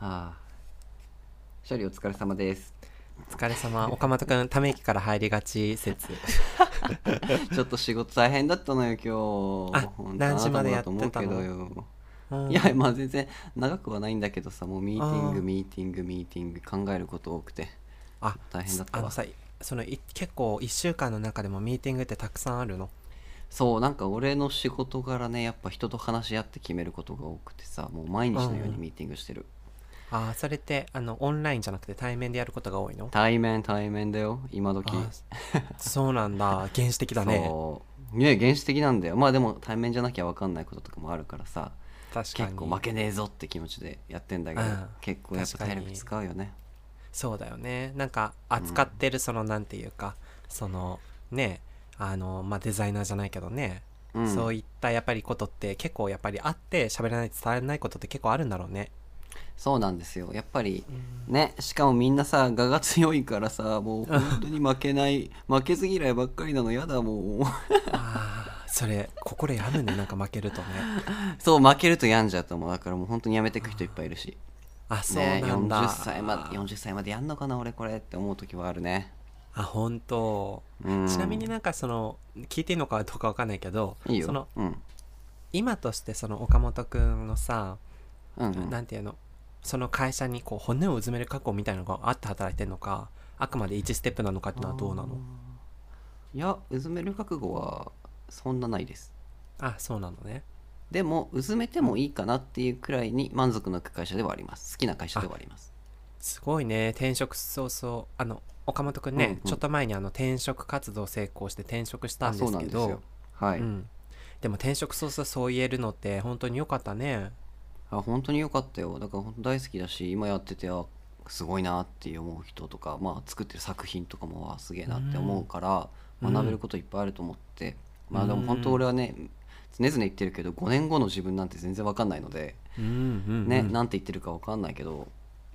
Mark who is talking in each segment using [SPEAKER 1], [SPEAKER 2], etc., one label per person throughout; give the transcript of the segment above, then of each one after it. [SPEAKER 1] ああ処理お疲れ様です
[SPEAKER 2] お疲れ様岡本くんため息から入りがち説
[SPEAKER 1] ちょっと仕事大変だったのよ今日
[SPEAKER 2] あ
[SPEAKER 1] 本当
[SPEAKER 2] 何時までやってたの
[SPEAKER 1] あなもだと思うけどよ
[SPEAKER 2] うん
[SPEAKER 1] いやまあ全然長くはないんだけどさもうミーティン
[SPEAKER 2] あ
[SPEAKER 1] グ
[SPEAKER 2] ー
[SPEAKER 1] ミーティングミーティング考えること多くて
[SPEAKER 2] あ
[SPEAKER 1] 大変だった
[SPEAKER 2] あ
[SPEAKER 1] わ
[SPEAKER 2] のさそのい結構1週間の中でもミーティングってたくさんあるの
[SPEAKER 1] そうなんか俺の仕事柄ねやっぱ人と話し合って決めることが多くてさもう毎日のようにミーティングしてる、
[SPEAKER 2] あーそれってあのオンラインじゃなくて対面でやることが多いの
[SPEAKER 1] 対面対面だよ今時
[SPEAKER 2] あーそうなんだ原始的だね
[SPEAKER 1] そうね原始的なんだよまあでも対面じゃなきゃ分かんないこととかもあるからさ
[SPEAKER 2] 確かに
[SPEAKER 1] 結構負けねえぞって気持ちでやってんだけど、
[SPEAKER 2] うん
[SPEAKER 1] 結構やっぱ
[SPEAKER 2] 確か
[SPEAKER 1] 体
[SPEAKER 2] に
[SPEAKER 1] 力使うよね
[SPEAKER 2] そうだよねなんか扱ってるその、なんていうかそのねあのまあデザイナーじゃないけどね、
[SPEAKER 1] うん
[SPEAKER 2] そういったやっぱりことって結構やっぱりあって喋らないと伝えられないことって結構あるんだろうね
[SPEAKER 1] そうなんですよやっぱりねしかもみんなさ我が強いからさもう本当に負けない 負けず嫌いばっかりなのやだ もう
[SPEAKER 2] ああそれ心病むねなんか負けるとね
[SPEAKER 1] そう負けると病んじゃうと思うだからもう本当にやめてく人いっぱいいるし
[SPEAKER 2] あそう
[SPEAKER 1] ね
[SPEAKER 2] なんだ、
[SPEAKER 1] 40歳まで40歳までやんのかな俺これって思う時はあるね、
[SPEAKER 2] あ本当、
[SPEAKER 1] うん、
[SPEAKER 2] ちなみになんかその聞いていいのかどうかわかんないけど
[SPEAKER 1] いいよ
[SPEAKER 2] その
[SPEAKER 1] うん
[SPEAKER 2] 今としてその岡本くんのさ、
[SPEAKER 1] うんうん
[SPEAKER 2] なんていうのその会社にこう骨をうずめる覚悟みたいなのがあって働いてるのかあくまで1ステップなのかっていうのはどうなの
[SPEAKER 1] いやうずめる覚悟はそんなないです
[SPEAKER 2] あそうなのね
[SPEAKER 1] でもうずめてもいいかなっていうくらいに満足のいく会社ではあります好きな会社ではあります
[SPEAKER 2] すごいね転職早々あの岡本くんね、
[SPEAKER 1] うんうん
[SPEAKER 2] ちょっと前にあの転職活動成功して転職したんですけど
[SPEAKER 1] はい、
[SPEAKER 2] うん、でも転職早々そう言えるのって本当に良かったね
[SPEAKER 1] あ本当に良かったよだから本当大好きだし今やっててあすごいなって思う人とか、まあ、作ってる作品とかもあすげえなって思うから、
[SPEAKER 2] うん
[SPEAKER 1] 学べることいっぱいあると思って、まあでも
[SPEAKER 2] うん
[SPEAKER 1] 本当俺はね常々言ってるけど5年後の自分なんて全然わかんないので、
[SPEAKER 2] うんうん
[SPEAKER 1] ねなんて言ってるかわかんないけど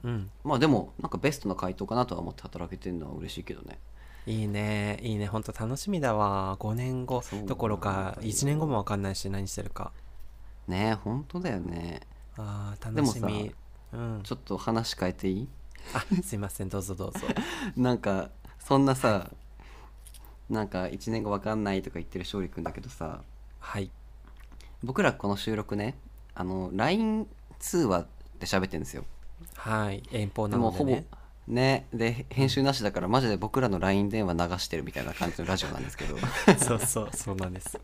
[SPEAKER 2] うん
[SPEAKER 1] まあでもなんかベストな回答かなとは思って働けてるのは嬉しいけどね
[SPEAKER 2] いいねいいね本当楽しみだわ5年後
[SPEAKER 1] そう
[SPEAKER 2] どころか1年後も分かんないし何してるか
[SPEAKER 1] ねえ本当だよね
[SPEAKER 2] あー
[SPEAKER 1] で
[SPEAKER 2] 楽
[SPEAKER 1] も
[SPEAKER 2] し
[SPEAKER 1] さ
[SPEAKER 2] みうん
[SPEAKER 1] ちょっと話変えていい
[SPEAKER 2] あすいませんどうぞどうぞ
[SPEAKER 1] なんかそんなさなんか1年後わかんないとか言ってる勝利君だけどさ
[SPEAKER 2] はい
[SPEAKER 1] 僕らこの収録ねあの LINE 通話で喋ってるんですよ
[SPEAKER 2] はい遠方
[SPEAKER 1] で
[SPEAKER 2] な
[SPEAKER 1] も
[SPEAKER 2] の
[SPEAKER 1] ほ
[SPEAKER 2] で
[SPEAKER 1] ぼね
[SPEAKER 2] ね
[SPEAKER 1] で編集なしだからマジで僕らの LINE 電話流してるみたいな感じのラジオなんです けど
[SPEAKER 2] そうそうそうなんです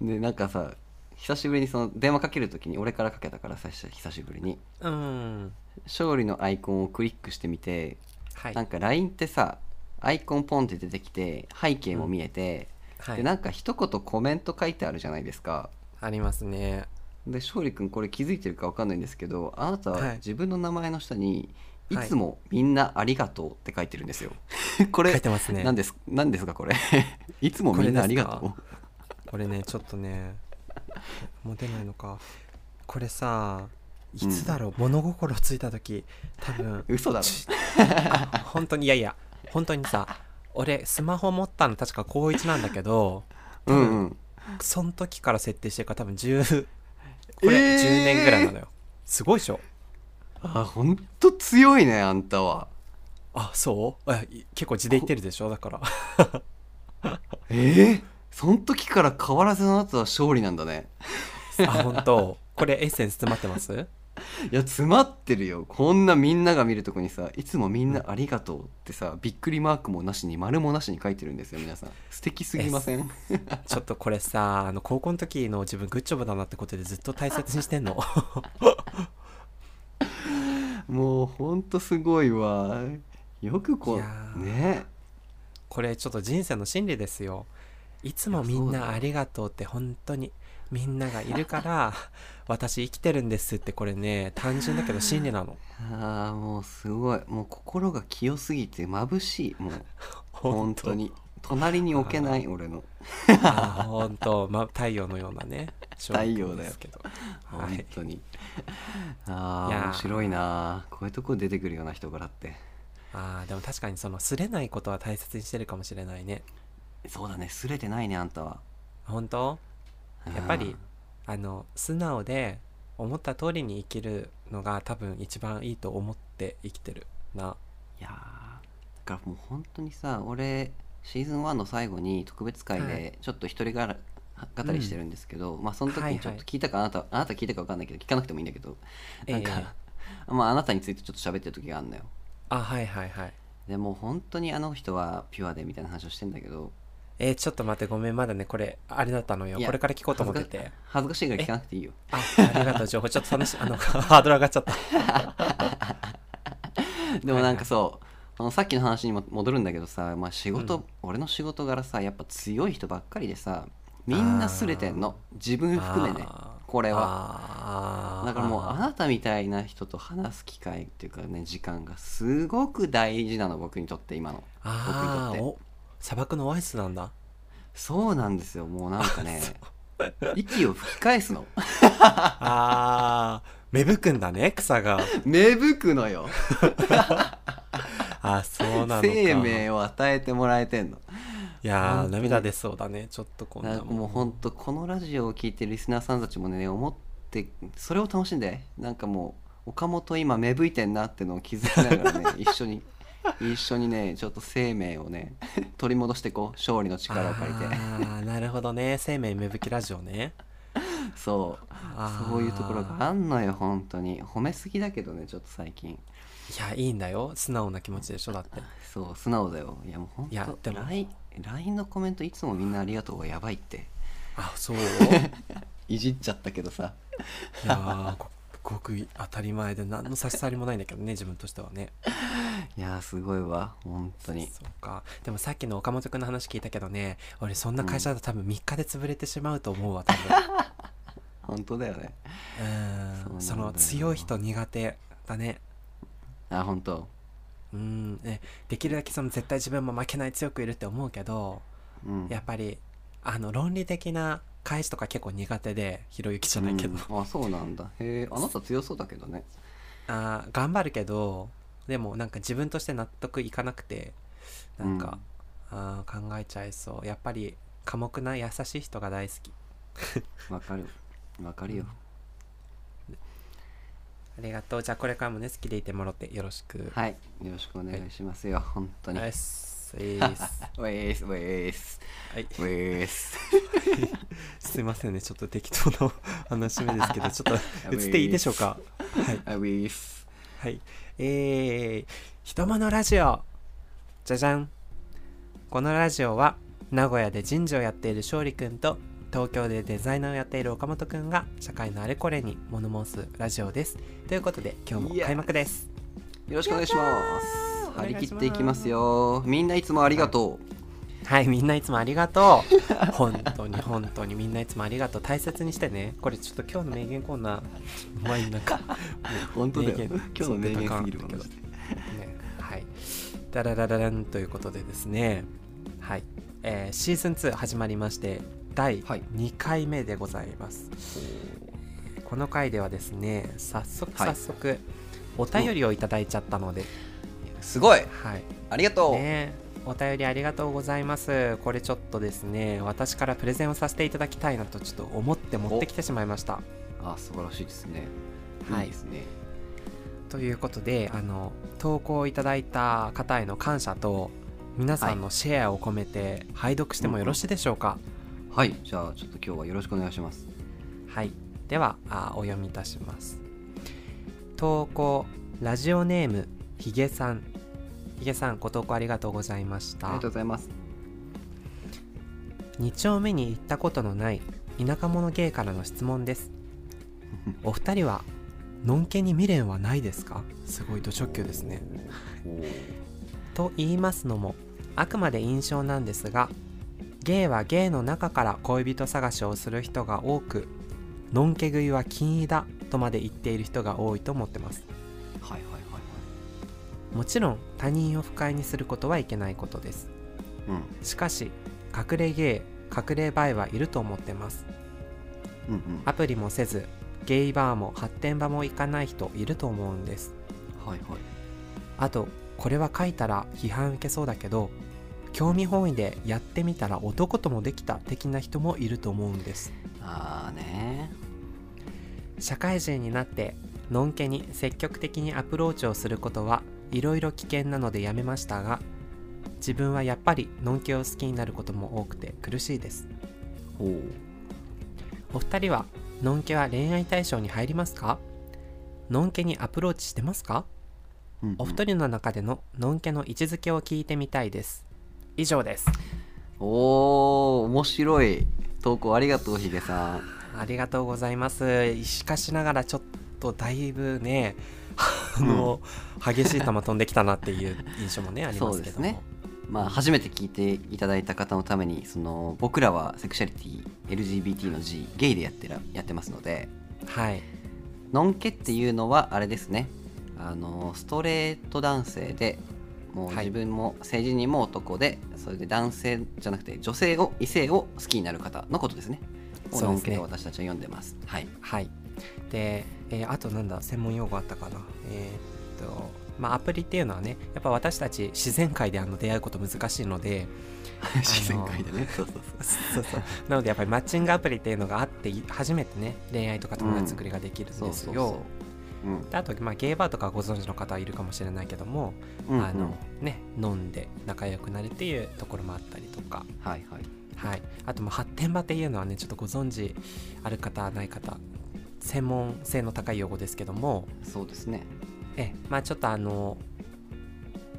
[SPEAKER 1] でなんかさ久しぶりにその電話かける時に俺からかけたからさ久しぶりに
[SPEAKER 2] うん
[SPEAKER 1] 勝利のアイコンをクリックしてみて
[SPEAKER 2] はい
[SPEAKER 1] なんか LINE ってさアイコンポンって出てきて背景も見えて、
[SPEAKER 2] は
[SPEAKER 1] で
[SPEAKER 2] い
[SPEAKER 1] なんか一言コメント書いてあるじゃないですか
[SPEAKER 2] ありますね
[SPEAKER 1] で勝利君これ気づいてるか分かんないんですけどあなた
[SPEAKER 2] はい
[SPEAKER 1] 自分の名前の下に「い
[SPEAKER 2] はい
[SPEAKER 1] つもみんなありがとう」って書いてるんですよ。こ
[SPEAKER 2] 書
[SPEAKER 1] れ
[SPEAKER 2] いてますね
[SPEAKER 1] 何です何ですか これいつもみんなありがと
[SPEAKER 2] これ
[SPEAKER 1] う
[SPEAKER 2] でこれねちょっとねもう出ないのかこれさいつだろう、物心ついた時多分
[SPEAKER 1] 嘘だろ
[SPEAKER 2] ち あ本当にいやいや本当にさ俺スマホ持ったの確か高1なんだけど
[SPEAKER 1] うんうん
[SPEAKER 2] その時から設定してるから多分10これ
[SPEAKER 1] えー
[SPEAKER 2] 10年ぐらいなのよ、すごいでしょ
[SPEAKER 1] あほんと強いねあんたは
[SPEAKER 2] あそうあい結構地で言ってるでしょだから
[SPEAKER 1] ええその時から変わらずあなたは勝利なんだね
[SPEAKER 2] あ本当これエッセンス詰まってます
[SPEAKER 1] いや詰まってるよこんなみんなが見るとこにさ「いつもみんなありがとう」ってさびっくりマークもなしに丸もなしに書いてるんですよ皆さん素敵すぎません
[SPEAKER 2] ちょっとこれさあの高校の時の自分グッジョブだなってことでずっと大切にしてんの
[SPEAKER 1] もうほんとすごいわよく
[SPEAKER 2] い
[SPEAKER 1] こ
[SPEAKER 2] やー
[SPEAKER 1] うね
[SPEAKER 2] これちょっと人生の真理ですよいつもみん
[SPEAKER 1] いやそうだ
[SPEAKER 2] な
[SPEAKER 1] よ
[SPEAKER 2] ありがとうって本当にみんながいるから 私生きてるんですってこれね単純だけど真理なの
[SPEAKER 1] あーもうすごいもう心が清すぎて眩しいもう本当に隣に置けない俺の
[SPEAKER 2] あー本当まあ太陽のようなね
[SPEAKER 1] 太陽だよ
[SPEAKER 2] 小学校ですけどは
[SPEAKER 1] 本
[SPEAKER 2] い
[SPEAKER 1] 当にあ
[SPEAKER 2] いや
[SPEAKER 1] ー
[SPEAKER 2] ー
[SPEAKER 1] 面白いなこういうとこ出てくるような人柄って
[SPEAKER 2] あーでも確かにそのすれないことは大切にしてるかもしれないね
[SPEAKER 1] そうだねすれてないねあんたは
[SPEAKER 2] 本当やっぱりあの素直で思った通りに生きるのが多分一番いいと思って生きてるな。
[SPEAKER 1] いやーだからもう本当にさ俺シーズン1の最後に特別会
[SPEAKER 2] は
[SPEAKER 1] でちょっと一人がら語りしてるんですけど、まあその時
[SPEAKER 2] は
[SPEAKER 1] に
[SPEAKER 2] いはい
[SPEAKER 1] ちょっと聞いたか、あなたあなた聞いたか分かんないけど聞かなくてもいいんだけどなんか、
[SPEAKER 2] ええ
[SPEAKER 1] まああなたについてちょっと喋ってる時があるのよ
[SPEAKER 2] あはいはいはい。
[SPEAKER 1] でもう本当にあの人はピュアでみたいな話をしてんだけど
[SPEAKER 2] えーちょっと待ってごめんまだねこれあれだったのよ
[SPEAKER 1] いや
[SPEAKER 2] これから聞こうと思ってて
[SPEAKER 1] 恥ずかしいから聞かなくていいよ
[SPEAKER 2] あありがとう情報ちょっと楽し あのハードル上がっちゃった
[SPEAKER 1] でもなんかそうあのさっきの話にも戻るんだけどさ、まあ、仕事、
[SPEAKER 2] うん
[SPEAKER 1] 俺の仕事柄さやっぱ強い人ばっかりでさみんなすれてんの自分含めね
[SPEAKER 2] あー
[SPEAKER 1] これは
[SPEAKER 2] あー
[SPEAKER 1] だからもうあなたみたいな人と話す機会っていうかね時間がすごく大事なの僕にとって今の
[SPEAKER 2] あ
[SPEAKER 1] 僕に
[SPEAKER 2] ー
[SPEAKER 1] と
[SPEAKER 2] お砂漠のオアシスなんだ
[SPEAKER 1] そうなんですよもうなんか ね息を吹き返すの
[SPEAKER 2] あー芽吹くんだね草が
[SPEAKER 1] 芽吹くのよ
[SPEAKER 2] あーそうなのか
[SPEAKER 1] 生命を与えてもらえてんの
[SPEAKER 2] いや
[SPEAKER 1] 本
[SPEAKER 2] ー
[SPEAKER 1] 当に
[SPEAKER 2] 涙出そうだねちょっとこん
[SPEAKER 1] な
[SPEAKER 2] なん
[SPEAKER 1] かもう
[SPEAKER 2] ほ
[SPEAKER 1] ほんとこのラジオを聞いてるリスナーさんたちもね思ってそれを楽しんでなんかもう岡本今芽吹いてんなってのを気づきながら ね一緒に一緒にねちょっと生命をね取り戻していこう勝利の力を借りて
[SPEAKER 2] あーなるほどね生命芽吹きラジオね
[SPEAKER 1] そう
[SPEAKER 2] あー
[SPEAKER 1] そういうところがあんのよ本当に褒めすぎだけどねちょっと最近
[SPEAKER 2] いやいいんだよ素直な気持ちでしょだって
[SPEAKER 1] そう素直だよいやもうほん
[SPEAKER 2] いや
[SPEAKER 1] と
[SPEAKER 2] でも
[SPEAKER 1] LINE LINE のコメントいつもみんなありがとうがやばいって
[SPEAKER 2] あそうい
[SPEAKER 1] いじっちゃったけどさ
[SPEAKER 2] やーごごく当たり前で何の差し障りもないんだけどね自分としてはね
[SPEAKER 1] いやーすごいわ本当に
[SPEAKER 2] そうかでもさっきの岡本君の話聞いたけどね俺そんな会社だと多分3日で潰れてしまうと思うわ多分
[SPEAKER 1] 本当だよね
[SPEAKER 2] う
[SPEAKER 1] そうなんだ
[SPEAKER 2] ん
[SPEAKER 1] よ
[SPEAKER 2] その強い人苦手だね
[SPEAKER 1] あ本当
[SPEAKER 2] うんねできるだけその絶対自分も負けない強くいるって思うけど
[SPEAKER 1] うん
[SPEAKER 2] やっぱりあの論理的な返しとか結構苦手でひろゆきじゃないけど、
[SPEAKER 1] うんあそうなんだへえあなた強そうだけどね
[SPEAKER 2] あー頑張るけどでもなんか自分として納得いかなくてなんか、あー考えちゃいそうやっぱり寡黙な優しい人が大好き
[SPEAKER 1] わかるわかるよ、
[SPEAKER 2] ありがとうじゃあこれからもね好きでいてもらってよろしく
[SPEAKER 1] はいよろしくお願いしますよ、本当に
[SPEAKER 2] は
[SPEAKER 1] ウ
[SPEAKER 2] い
[SPEAKER 1] ェ
[SPEAKER 2] っすいいっす
[SPEAKER 1] イスウェイス
[SPEAKER 2] はい
[SPEAKER 1] ウェイス
[SPEAKER 2] すいませんねちょっと適当な 話目ですけどち ょっと映っていいでしょうかはい
[SPEAKER 1] ウェイス
[SPEAKER 2] はいえー「ひとものラジオ」じゃじゃんこのラジオは名古屋で人事をやっている勝利くんと東京でデザイナーをやっている岡本くんが社会のあれこれに物申すラジオですということで今日も開幕です
[SPEAKER 1] よろしくお願いします
[SPEAKER 2] お
[SPEAKER 1] 張
[SPEAKER 2] 願いします
[SPEAKER 1] り切っていきますよみんないつもありがと
[SPEAKER 2] はいみんないつもありがとう本当に本当にみんないつもありがとう大切にしてねこれちょっと今日の名言コーナーうまいなんか
[SPEAKER 1] う本当だよ
[SPEAKER 2] 名言
[SPEAKER 1] 今日の名言すぎる
[SPEAKER 2] そ
[SPEAKER 1] わ
[SPEAKER 2] う出たかんだけど
[SPEAKER 1] マジで
[SPEAKER 2] ねはいダラダラランということでですねはい、えーシーズン2始まりまして第
[SPEAKER 1] はい
[SPEAKER 2] 2回目でございます、この回ではですね早速
[SPEAKER 1] はい
[SPEAKER 2] 早速、お便りをいただいちゃったので、
[SPEAKER 1] すごい
[SPEAKER 2] はい
[SPEAKER 1] ありがとう、
[SPEAKER 2] ねお便りありがとうございますこれちょっとですね私からプレゼンをさせていただきたいなとちょっと思って持ってきてしまいました
[SPEAKER 1] あ素晴らしいですね
[SPEAKER 2] はい
[SPEAKER 1] いいですね
[SPEAKER 2] ということであの投稿いただいた方への感謝と皆さんのシェアを込めて拝読してもよろしいでしょうか、
[SPEAKER 1] はいじゃあちょっと今日はよろしくお願いします
[SPEAKER 2] はい、ではあお読みいたします投稿ラジオネームひげさんひげさんご投稿ありがとうございま
[SPEAKER 1] あ
[SPEAKER 2] し
[SPEAKER 1] り
[SPEAKER 2] た
[SPEAKER 1] がとうございます
[SPEAKER 2] 2丁目に行ったことのない田舎者芸からの質問ですお二人はのんけに未練はないですかすごいド直球ですね
[SPEAKER 1] おー
[SPEAKER 2] と言いますのもあくまで印象なんですがゲイはゲイの中から恋人探しをする人が多くのんけ食いは禁意だとまで言っている人が多いと思ってます
[SPEAKER 1] はいはいはいはい
[SPEAKER 2] もちろん他人を不快にすることはいけないことです
[SPEAKER 1] うん
[SPEAKER 2] しかし隠れゲイ隠れバイはいると思ってます
[SPEAKER 1] うんうん
[SPEAKER 2] アプリもせずゲイバーも発展場も行かない人いると思うんです
[SPEAKER 1] はいはい
[SPEAKER 2] あとこれは書いたら批判受けそうだけど興味本位でやってみたら男ともできた的な人もいると思うんです
[SPEAKER 1] ああね
[SPEAKER 2] 社会人になってのんけに積極的にアプローチをすることはいろいろ危険なのでやめましたが自分はやっぱりのんけを好きになることも多くて苦しいです
[SPEAKER 1] おお
[SPEAKER 2] お二人はのんけは恋愛対象に入りますかのんけにアプローチしてますかお二人の中でののんけの位置づけを聞いてみたいです以上です
[SPEAKER 1] おー面白い投稿ありがとうヒデさん
[SPEAKER 2] ありがとうございますしかしながらちょっとだいぶねあの、激しい球飛んできたなっていう印象もねありますけども
[SPEAKER 1] そうですねまあ初めて聞いていただいた方のためにその僕らはセクシャリティ LGBT の G ゲイでやってらやってますので
[SPEAKER 2] はい
[SPEAKER 1] ノンケっていうのはあれですねあのストレート男性でもう
[SPEAKER 2] はい
[SPEAKER 1] 自分も成人にも男で、それで男性じゃなくて女性を異性を好きになる方のことですねを
[SPEAKER 2] そ
[SPEAKER 1] ノ
[SPEAKER 2] うで
[SPEAKER 1] ン
[SPEAKER 2] す
[SPEAKER 1] ケ
[SPEAKER 2] ね
[SPEAKER 1] と私たちは読んでますはい
[SPEAKER 2] はいで、えーあとなんだ専門用語あったかなえーっとまあアプリっていうのはねやっぱ私たち自然界であの出会うこと難しいので
[SPEAKER 1] 自然界でねそうそうそう
[SPEAKER 2] そう そうなのでやっぱりマッチングアプリっていうのがあってい初めてね恋愛とか友達作りができるんですよ、
[SPEAKER 1] うん
[SPEAKER 2] であと、まあ、ゲイバーとかご存知の方はいるかもしれないけども、
[SPEAKER 1] うんうん
[SPEAKER 2] あのね、飲んで仲良くなるっていうところもあったりとか、
[SPEAKER 1] はいはい
[SPEAKER 2] はい、あとまあ発展場っていうのはねちょっとご存知ある方ない方専門性の高い用語ですけども
[SPEAKER 1] そうですね
[SPEAKER 2] えまあちょっとあの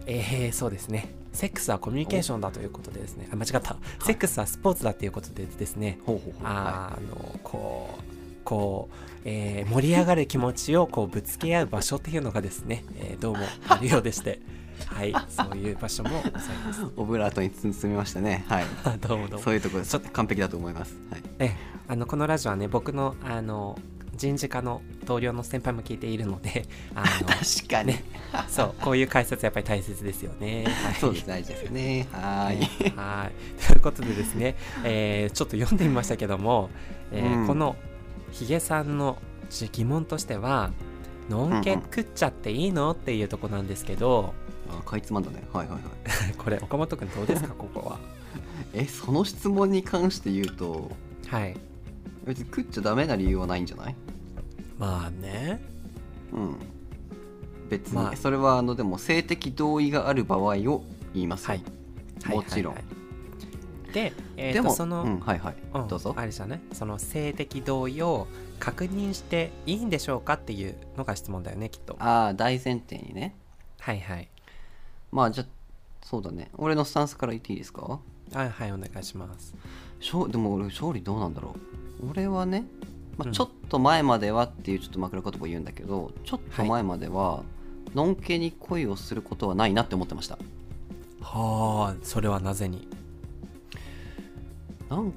[SPEAKER 2] えー、そうですねセックスはコミュニケーションだということでですねあ間違った、セックスはスポーツだということでですね
[SPEAKER 1] ほうほうほうは
[SPEAKER 2] あのこうこう、えー盛り上がる気持ちをこうぶつけ合う場所っていうのがですね、えーどうもあるようでして はいそういう場所もございます
[SPEAKER 1] いオブラートに包みましたねはい
[SPEAKER 2] あどうもどうも
[SPEAKER 1] そういうところです完璧だと思います はい
[SPEAKER 2] えあのこのラジオはね僕のあの人事課の同僚の先輩も聞いているのであ
[SPEAKER 1] 確かに
[SPEAKER 2] のそうこういう解説やっぱり大切ですよね。はい
[SPEAKER 1] そうです大事ですよねはーい
[SPEAKER 2] ねはいということでです ね、えーちょっと読んでみましたけども、えー
[SPEAKER 1] うん
[SPEAKER 2] このヒゲさんの疑問としては「のんけ食っちゃっていいの?」っていうとこなんですけど
[SPEAKER 1] あかいつまんだねはいはいはい
[SPEAKER 2] これ岡本君どうです かここは。
[SPEAKER 1] えその質問に関して言うと
[SPEAKER 2] はい
[SPEAKER 1] 別に食っちゃダメな理由はないんじゃない
[SPEAKER 2] まあね
[SPEAKER 1] うん別に、
[SPEAKER 2] まあ
[SPEAKER 1] それはあのでも性的同意がある場合を言いますよ
[SPEAKER 2] はい
[SPEAKER 1] もちろん、
[SPEAKER 2] はいはいはいで、えー、
[SPEAKER 1] で
[SPEAKER 2] と
[SPEAKER 1] も
[SPEAKER 2] その、
[SPEAKER 1] うん、はいはい、
[SPEAKER 2] うん
[SPEAKER 1] どうぞ
[SPEAKER 2] あれじゃないその性的同意を確認していいんでしょうかっていうのが質問だよねきっと
[SPEAKER 1] ああ大前提にね
[SPEAKER 2] はいはい
[SPEAKER 1] まあじゃあそうだね俺のスタンスから言っていいですか
[SPEAKER 2] あはいお願いします
[SPEAKER 1] 勝でも俺勝利どうなんだろう俺はね、ま
[SPEAKER 2] う
[SPEAKER 1] あ、
[SPEAKER 2] ん
[SPEAKER 1] ちょっと前まではっていうちょっと枕言葉言うんだけどちょっと前まではのんけに恋をすることはないなって思ってました
[SPEAKER 2] はあそれはなぜに
[SPEAKER 1] なんか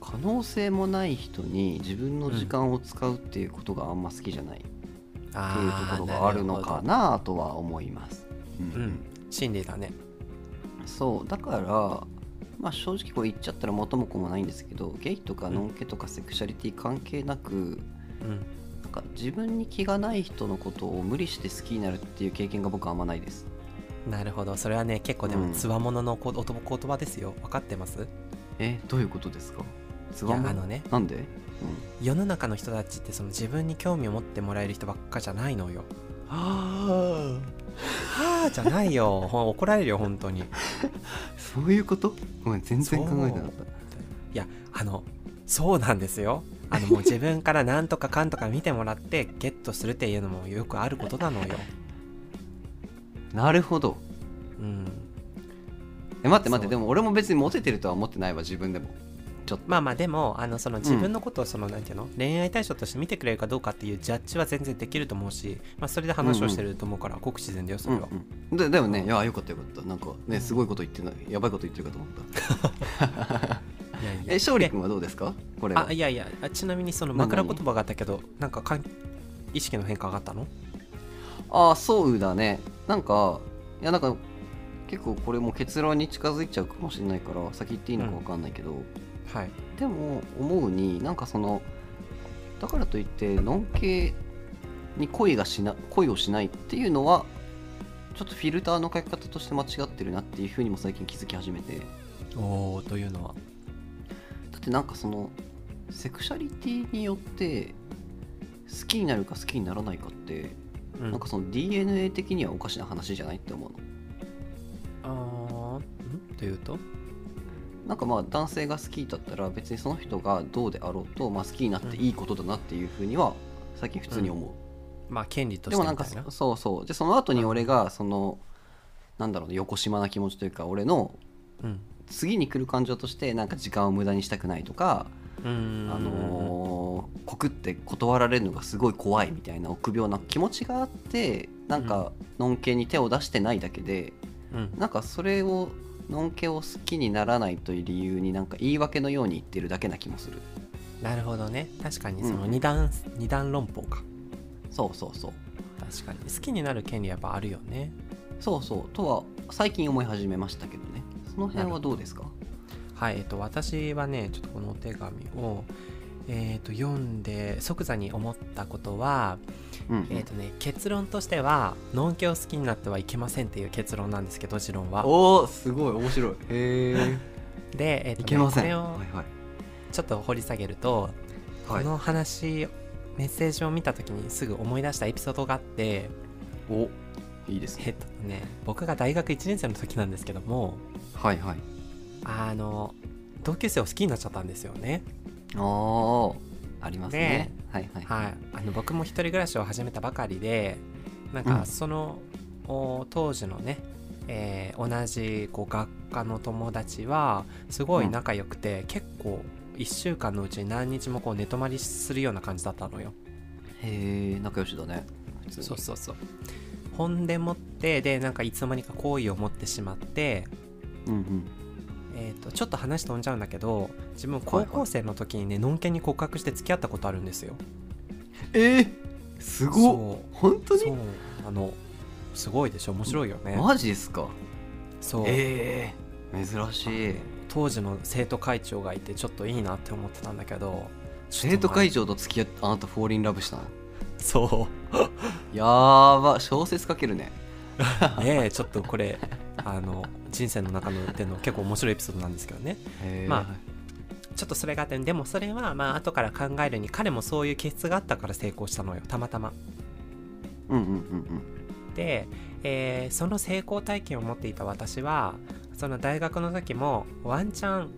[SPEAKER 1] 可能性もない人に自分の時間を使うっていうことがあんま好きじゃないっていうところがあるのか
[SPEAKER 2] な
[SPEAKER 1] なとは思います、
[SPEAKER 2] ほどうん心理だね
[SPEAKER 1] そうだから、まあ、正直これ言っちゃったら元も子もないんですけどゲイとかのんけとかセクシャリティ関係なく、
[SPEAKER 2] うん
[SPEAKER 1] なんか自分に気がない人のことを無理して好きになるっていう経験が僕はあんまないです
[SPEAKER 2] なるほどそれはね結構で
[SPEAKER 1] う
[SPEAKER 2] も
[SPEAKER 1] ん
[SPEAKER 2] つわもののこおと言葉ですよ分かってます
[SPEAKER 1] えどういうことですかつ
[SPEAKER 2] いや
[SPEAKER 1] わも
[SPEAKER 2] あ
[SPEAKER 1] の
[SPEAKER 2] のね
[SPEAKER 1] なんで、うん、
[SPEAKER 2] 世の中の人たちってその自分に興味を持ってもらえる人ばっかじゃないのよ
[SPEAKER 1] あ
[SPEAKER 2] はあじゃないよほん怒られるよ本当に
[SPEAKER 1] そういうことごめん全然考えてなかった
[SPEAKER 2] いやあのそうなんですよあのもう自分から何とかかんとか見てもらってゲットするっていうのもよくあることなのよ、
[SPEAKER 1] なるほど
[SPEAKER 2] うん、
[SPEAKER 1] え待って待って
[SPEAKER 2] そう
[SPEAKER 1] でも俺も別にモテてるとは思ってないわ自分でもちょっと
[SPEAKER 2] まあまあでもあのその自分のことをその、なんていうの恋愛対象として見てくれるかどうかっていうジャッジは全然できると思うし、まあ、それで話をしてると思うから、ごく自然だよそれは、
[SPEAKER 1] うん、ででもねいやよかったよかったなんか
[SPEAKER 2] う
[SPEAKER 1] ね
[SPEAKER 2] ん
[SPEAKER 1] すごいこと言ってないやばいこと言ってるかと思った
[SPEAKER 2] いやいや
[SPEAKER 1] え勝利君はどうですかこれ
[SPEAKER 2] あいやいやあちなみにその
[SPEAKER 1] 何
[SPEAKER 2] 枕言葉があったけどなんかかん意識の変化があったの
[SPEAKER 1] ああそうだねなんかいやなんか結構これも結論に近づいちゃうかもしれないから先言っていいのか分かんないけど、
[SPEAKER 2] はい
[SPEAKER 1] でも思うになんかそのだからといってのんけに恋がしな恋をしないっていうのはちょっとフィルターの書き方として間違ってるなっていうふうにも最近気づき始めてだ
[SPEAKER 2] おおというのは
[SPEAKER 1] ってなんかそのセクシャリティによって好きになるか好きにならないかって、
[SPEAKER 2] うん
[SPEAKER 1] なんかその DNA 的にはおかしな話じゃないって思うの
[SPEAKER 2] あーんというと
[SPEAKER 1] なんかまあ男性が好きだったら別にその人がどうであろうと、まあ、好きになっていいことだなっていうふうには最近普通に思う、
[SPEAKER 2] まあ権利と
[SPEAKER 1] で
[SPEAKER 2] して
[SPEAKER 1] も
[SPEAKER 2] み
[SPEAKER 1] な
[SPEAKER 2] た
[SPEAKER 1] んか
[SPEAKER 2] いな
[SPEAKER 1] そうそうでその後に俺がそのなんだろうね横島な気持ちというか俺の
[SPEAKER 2] うん
[SPEAKER 1] 次に来る感情としてなんか時間を無駄にしたくないとか、
[SPEAKER 2] うーん
[SPEAKER 1] あのー告って断られるのがすごい怖いみたいな臆病な気持ちがあってなんかのんけに手を出してないだけで、
[SPEAKER 2] うん
[SPEAKER 1] なんかそれをのんけを好きにならないという理由になんか言い訳のように言ってるだけな気もする
[SPEAKER 2] なるほどね確かにその
[SPEAKER 1] うん
[SPEAKER 2] 二段、二段論法か
[SPEAKER 1] そうそうそう
[SPEAKER 2] 確かに好きになる権利やっぱあるよね
[SPEAKER 1] そうそうとは最近思い始めましたけどねその辺はどうですか
[SPEAKER 2] はいえっと私はねちょっとこのお手紙をえっと読んで即座に思ったことは、
[SPEAKER 1] うんうん
[SPEAKER 2] えっとね、結論としては「のんけを好きになってはいけません」っていう結論なんですけど持論は。
[SPEAKER 1] おおすごい面白いへ
[SPEAKER 2] で、
[SPEAKER 1] え
[SPEAKER 2] えっ
[SPEAKER 1] い
[SPEAKER 2] と
[SPEAKER 1] け
[SPEAKER 2] ね
[SPEAKER 1] ませ
[SPEAKER 2] これ
[SPEAKER 1] ん
[SPEAKER 2] を
[SPEAKER 1] はいはい
[SPEAKER 2] ちょっと掘り下げると、
[SPEAKER 1] はい
[SPEAKER 2] この話メッセージを見た時にすぐ思い出したエピソードがあって
[SPEAKER 1] おいいですね
[SPEAKER 2] えっとね僕が大学1年生の時なんですけども
[SPEAKER 1] はいはい
[SPEAKER 2] あの同級生を好きになっちゃったんですよね。
[SPEAKER 1] おーありますねはいはい
[SPEAKER 2] はい、あの僕も一人暮らしを始めたばかりでなん
[SPEAKER 1] う
[SPEAKER 2] か
[SPEAKER 1] ん
[SPEAKER 2] その、お当時のね、えー同じこう学科の友達はすごい仲良くて、結構1週間のうちに何日もこう寝泊まりするような感じだったのよ。
[SPEAKER 1] へえ仲良しだね普通に
[SPEAKER 2] そうそうそう本でもってでなんかいつの間にか好意を持ってしまって、
[SPEAKER 1] うんうん
[SPEAKER 2] えー、とちょっと話飛んじゃうんだけど自分
[SPEAKER 1] はいは
[SPEAKER 2] 高
[SPEAKER 1] い
[SPEAKER 2] 校生の時にねのんけに告白して付き合ったことあるんですよ。
[SPEAKER 1] えー、すごっ
[SPEAKER 2] そう
[SPEAKER 1] 本当
[SPEAKER 2] そう
[SPEAKER 1] に
[SPEAKER 2] あのすごいでしょ面白いよね。
[SPEAKER 1] マジですか
[SPEAKER 2] そう、
[SPEAKER 1] ええ珍しい
[SPEAKER 2] 当時の生徒会長がいてちょっといいなって思ってたんだけど
[SPEAKER 1] 生徒会
[SPEAKER 2] 長
[SPEAKER 1] 長と付き合ってあなたフォーリンラブしたの
[SPEAKER 2] そ
[SPEAKER 1] やーば小説書けるね
[SPEAKER 2] うねえちょっとこれあの人生の中のっていうの結構面白いエピソードなんですけどね
[SPEAKER 1] へー
[SPEAKER 2] まちょっとそれがあってでもそれはまあ後から考えるに彼もそういう気質があったから成功したのよたまたま
[SPEAKER 1] うんうんうん
[SPEAKER 2] で、えーその成功体験を持っていた私はその大学の時もワンチャン、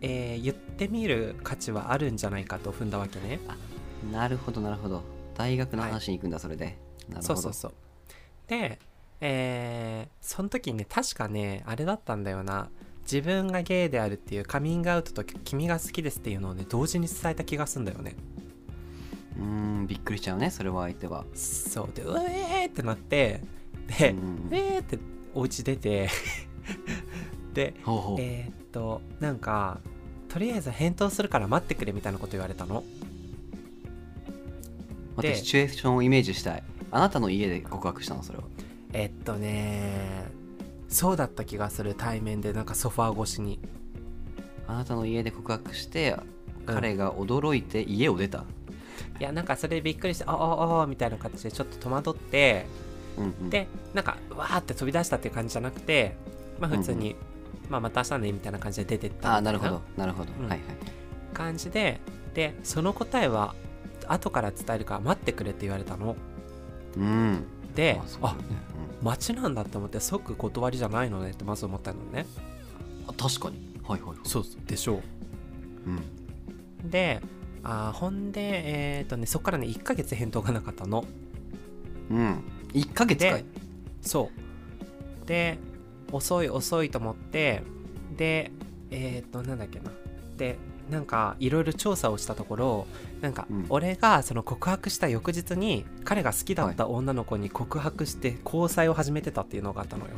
[SPEAKER 2] えー言ってみる価値はあるんじゃないかと踏んだわけね
[SPEAKER 1] うんなるほどなるほど大学の話に行くんだそれで、なるほど
[SPEAKER 2] そうそうそうでえーその時にね確かねあれだったんだよな自分がゲイであるっていうカミングアウトと君が好きですっていうのをね同時に伝えた気がすんだよね
[SPEAKER 1] うーんびっくりしちゃうねそれは相手は
[SPEAKER 2] そうでうえーってなってで、
[SPEAKER 1] うんうん
[SPEAKER 2] うえーってお家出て で
[SPEAKER 1] ほうほう
[SPEAKER 2] えーっとなんかとりあえず返答するから待ってくれみたいなこと言われたの
[SPEAKER 1] 待って
[SPEAKER 2] で
[SPEAKER 1] シチュエーションをイメージしたいあなたの家で告白したのそれは
[SPEAKER 2] えっとねそうだった気がする対面でなんかソファー越しに
[SPEAKER 1] あなたの家で告白して彼が驚いて家を出た、
[SPEAKER 2] いやなんかそれでびっくりして「あああみたいな形でちょっと戸惑って
[SPEAKER 1] うんうん、
[SPEAKER 2] でなんかわーって飛び出したっていう感じじゃなくてまあ普通に、まあ、また明日ねみたいな感じで出てった
[SPEAKER 1] ああ
[SPEAKER 2] みた
[SPEAKER 1] ないるほどなるほど、
[SPEAKER 2] う
[SPEAKER 1] は
[SPEAKER 2] ん
[SPEAKER 1] いはい
[SPEAKER 2] 感じででその答えは後から伝えるから待ってくれって言われたの
[SPEAKER 1] うん
[SPEAKER 2] で
[SPEAKER 1] まあそうだ
[SPEAKER 2] あ
[SPEAKER 1] よね
[SPEAKER 2] 待ちなんだって思って即断りじゃないのねってまず思ったのね
[SPEAKER 1] うんあ確かにはいはいはい
[SPEAKER 2] そうでしょ
[SPEAKER 1] うん
[SPEAKER 2] うであーほんでえーっとねそっからね1ヶ月返答がなかったの
[SPEAKER 1] うん1ヶ月かい
[SPEAKER 2] でそうで遅い遅いと思ってでえっ、となんだっけなでなんかいろいろ調査をしたところなんか
[SPEAKER 1] うん
[SPEAKER 2] 俺がその告白した翌日に彼が好きだった女の子に告白して交際を始めてたっていうのがあったのよ、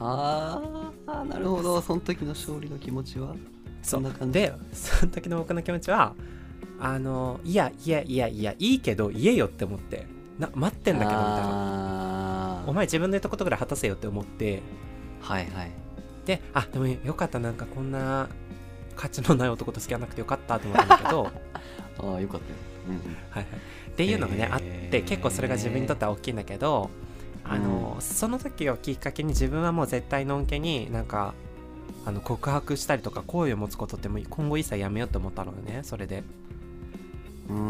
[SPEAKER 1] ああなるほどその時の勝利の気持ちは
[SPEAKER 2] そ
[SPEAKER 1] そんな
[SPEAKER 2] う
[SPEAKER 1] 感じ
[SPEAKER 2] でその時の僕の気持ちはあのいやいやいやいやいいけど言えよって思ってな待ってんだけどみたい
[SPEAKER 1] あ
[SPEAKER 2] な
[SPEAKER 1] ー
[SPEAKER 2] お前自分の言ったことぐらい果たせよって思って
[SPEAKER 1] はいはい
[SPEAKER 2] であでもよかったなんかこんな価値のない男と付き合わなくてよかったと思ったんだけ どはい、
[SPEAKER 1] ああよかったよ、うんうん
[SPEAKER 2] はい、っていうのがね、
[SPEAKER 1] へー
[SPEAKER 2] あって結構それが自分にとっては大きいんだけどあの、その時をきっかけに自分はもう絶対のんけになんかあの告白したりとか好意を持つことってもう今後一切やめようと思ったのよねそれで
[SPEAKER 1] うんう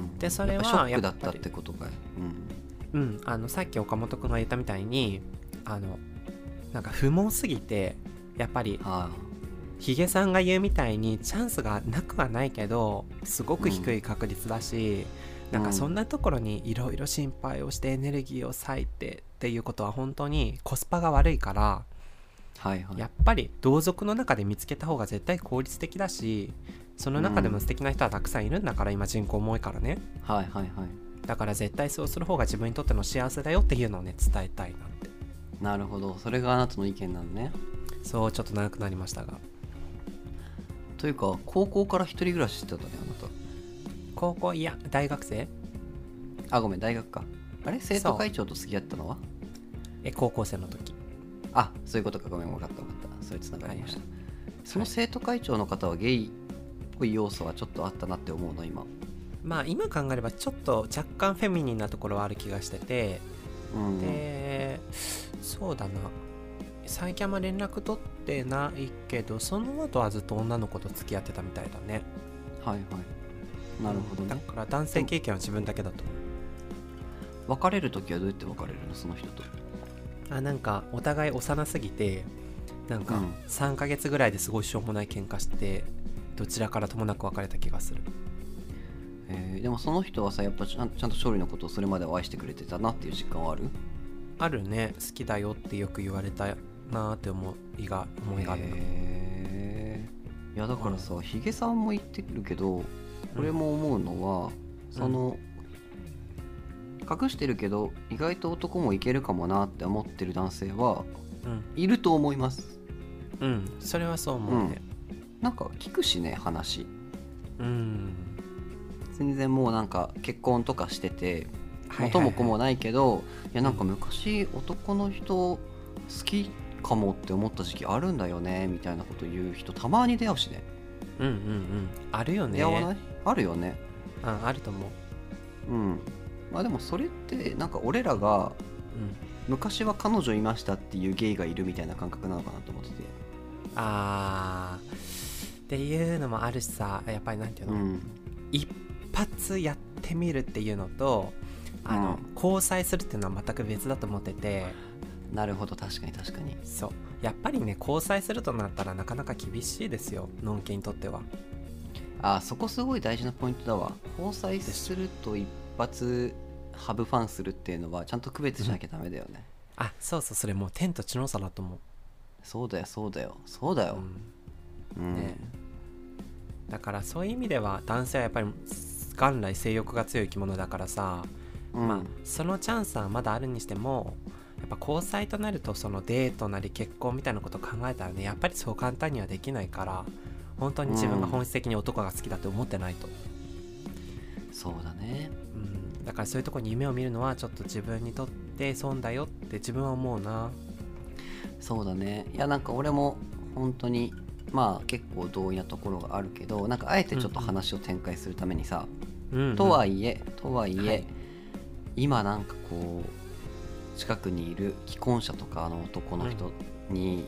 [SPEAKER 1] ん
[SPEAKER 2] でそれは
[SPEAKER 1] やっぱショックだっ
[SPEAKER 2] や
[SPEAKER 1] た
[SPEAKER 2] っ
[SPEAKER 1] っ
[SPEAKER 2] ぱり
[SPEAKER 1] てことかい、
[SPEAKER 2] うん、あのさっき岡本君が言ったみたいにあのなんか不毛すぎてやっぱり
[SPEAKER 1] うん、は
[SPEAKER 2] ヒゲさんが言うみたいにチャンスがなくはないけどすごく低い確率だし、
[SPEAKER 1] うん
[SPEAKER 2] なんかそんなところにいろいろ心配をしてエネルギーを割いてっていうことは本当にコスパが悪いから
[SPEAKER 1] あ、はいはい
[SPEAKER 2] やっぱり同族の中で見つけた方が絶対効率的だしその中でも素敵な人はたくさんいるんだから今人口も多いからね
[SPEAKER 1] はいはいはい
[SPEAKER 2] だから絶対そうする方が自分にとっての幸せだよっていうのをね伝えたいなって
[SPEAKER 1] なるほどそれがあなたの意見なのね
[SPEAKER 2] そうちょっと長くなりましたが
[SPEAKER 1] というか高校から一人暮らししてたねあな
[SPEAKER 2] 高校いや大学生
[SPEAKER 1] たあごめん大学かあれ生徒会長と付き合ったのは
[SPEAKER 2] え高校生の時
[SPEAKER 1] あそういうことかごめん分かった分かったそれつながりました、
[SPEAKER 2] は
[SPEAKER 1] その
[SPEAKER 2] はい
[SPEAKER 1] 生徒会長の方はゲイっぽい要素はちょっとあったなって思うの今
[SPEAKER 2] まあ今考えればちょっと若干フェミニンなところはある気がしてて
[SPEAKER 1] うん
[SPEAKER 2] でそうだな最近あんま連絡取ってないけどその後はずっと女の子と付き合ってたみたいだね
[SPEAKER 1] はいはいなるほど
[SPEAKER 2] だ
[SPEAKER 1] ね
[SPEAKER 2] から男性経験は自分だけだと思う
[SPEAKER 1] 別れる時はどうやって別れるのその人と
[SPEAKER 2] あなんかお互い幼すぎてなんか
[SPEAKER 1] うん
[SPEAKER 2] 3ヶ月ぐらいですごいしょうもない喧嘩してどちらからともなく別れた気がする
[SPEAKER 1] えーでもその人はさやっぱちゃんちゃんと勝利のことをそれまでは愛してくれてたなっていう実感はある
[SPEAKER 2] あるね好きだよってよく言われたなーって思いが思いがあるな、
[SPEAKER 1] へーいやだからさ、ヒゲさんも言ってるけど俺も思うのは、その隠してるけど意外と男もいけるかもなって思ってる男性は
[SPEAKER 2] うん
[SPEAKER 1] いると思います
[SPEAKER 2] うんそれはそう思うね
[SPEAKER 1] なんか聞くしね話
[SPEAKER 2] うん、
[SPEAKER 1] 全然もうなんか結婚とかしてて
[SPEAKER 2] はいはいはい
[SPEAKER 1] 元も子もないけど、いやなんか昔男の人好きかもって思った時期あるんだよねみたいなこと言う人たまに出会うしね
[SPEAKER 2] うんうんうんあるよね
[SPEAKER 1] 出会わないあるよね
[SPEAKER 2] うんあると思う、
[SPEAKER 1] うんまあでもそれってなんか俺らが
[SPEAKER 2] うん、
[SPEAKER 1] 昔は彼女いましたっていうゲイがいるみたいな感覚なのかなと思ってて
[SPEAKER 2] あーっていうのもあるしさやっぱりなんていう
[SPEAKER 1] う
[SPEAKER 2] の、
[SPEAKER 1] ん
[SPEAKER 2] 一発やってみるっていうのとあの、
[SPEAKER 1] う
[SPEAKER 2] 交際するっていうのは全く別だと思ってて
[SPEAKER 1] なるほど確かに確かに
[SPEAKER 2] そうやっぱりね交際するとなったらなかなか厳しいですよのんけにとっては
[SPEAKER 1] あーそこすごい大事なポイントだわ交際すると一発ハブファンするっていうのはちゃんと区別しなきゃダメだよね
[SPEAKER 2] あそうそうそれもう天と地の差だと思う
[SPEAKER 1] そうだよそうだよそうだよ、うん
[SPEAKER 2] ねだからそういう意味では男性はやっぱり元来性欲が強い生き物だからさ、
[SPEAKER 1] うん
[SPEAKER 2] まあそのチャンスはまだあるにしてもやっぱ交際となるとそのデートなり結婚みたいなことを考えたらねやっぱりそう簡単にはできないから本当に自分が本質的に男が好きだって思ってないと、
[SPEAKER 1] そうだね
[SPEAKER 2] うん、だからそういうとこに夢を見るのはちょっと自分にとって損だよって自分は思うな
[SPEAKER 1] そうだねいやなんか俺も本当にまあ結構同意なところがあるけどなんかあえてちょっと話を展開するためにさ、
[SPEAKER 2] うん、
[SPEAKER 1] とはいえとはいえ、
[SPEAKER 2] はい
[SPEAKER 1] 今なんかこう近くにいる既婚者とかの男の人に、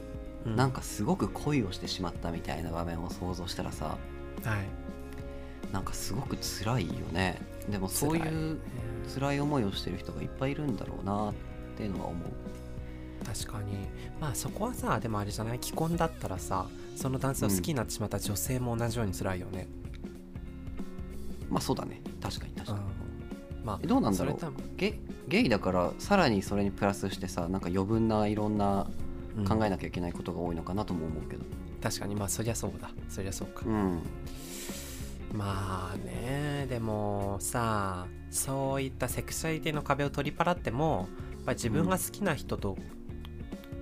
[SPEAKER 2] うん
[SPEAKER 1] なんかすごく恋をしてしまったみたいな場面を想像したらさ
[SPEAKER 2] はい
[SPEAKER 1] なんかすごく辛いよねでもそういう辛い思いをしてる人がいっぱいいるんだろうなっていうのは思う
[SPEAKER 2] 確かにまあそこはさでもあれじゃない既婚だったらさその男性を好きになってしまった女性も同じように辛いよね、
[SPEAKER 1] まあそうだね確かに確
[SPEAKER 2] う
[SPEAKER 1] かに、
[SPEAKER 2] んま
[SPEAKER 1] え
[SPEAKER 2] あ
[SPEAKER 1] どうなんだ
[SPEAKER 2] それ
[SPEAKER 1] ろう
[SPEAKER 2] 多分
[SPEAKER 1] ゲゲイだからさらにそれにプラスしてさなんか余分ないろんな
[SPEAKER 2] うん
[SPEAKER 1] 考えなきゃいけないことが多いのかなとも思うけど
[SPEAKER 2] 確かにまあそりゃそうだそりゃそうか、
[SPEAKER 1] うん、
[SPEAKER 2] まあねでもさそういったセクシャリティの壁を取り払ってもやっぱり自分が好きな人と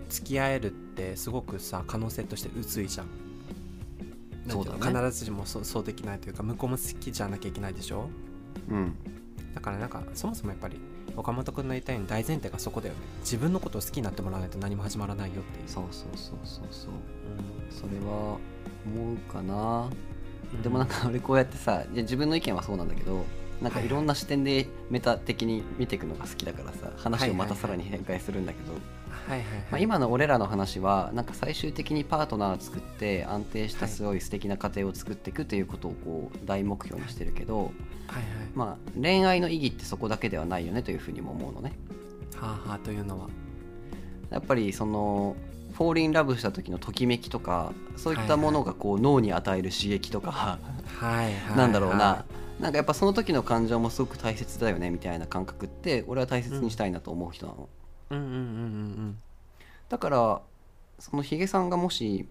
[SPEAKER 2] 付き合えるってすごくさ可能性として薄いじゃん
[SPEAKER 1] そうだね
[SPEAKER 2] なんていの必ずしもそうそうできないというか向こうも好きじゃなきゃいけないでしょ
[SPEAKER 1] うん、
[SPEAKER 2] だからなんかそもそもやっぱり岡本君の言ったように大前提がそこだよね自分のことを好きになってもらわないと何も始まらないよっていう
[SPEAKER 1] そうそうそうそうそうそれは思うかなでもなん
[SPEAKER 2] か
[SPEAKER 1] か俺こうやってさいや自分の意見はそうなんだけどなんか
[SPEAKER 2] はいはい
[SPEAKER 1] いろんな視点でメタ的に見ていくのが好きだからさ話をまたさらに展開するんだけど、
[SPEAKER 2] はいはい、
[SPEAKER 1] まあ、今の俺らの話はなんか最終的にパートナーを作って安定した
[SPEAKER 2] はい
[SPEAKER 1] すごい素敵な家庭を作っていくということをこう大目標にしてるけど、
[SPEAKER 2] はいはい
[SPEAKER 1] まあ、恋愛の意義ってそこだけではないよねというふうにも思うのね
[SPEAKER 2] はあはあというのは
[SPEAKER 1] やっぱりそのフォーリンラブした時のときめきとかそういったものがこう脳に与える刺激とか、
[SPEAKER 2] はいはい
[SPEAKER 1] なんだろうな
[SPEAKER 2] は
[SPEAKER 1] なんかやっぱその時の感情もすごく大切だよねみたいな感覚って俺は大切にしたいなと思う人なの、
[SPEAKER 2] いうんうんうん
[SPEAKER 1] だからそのヒゲさんがもし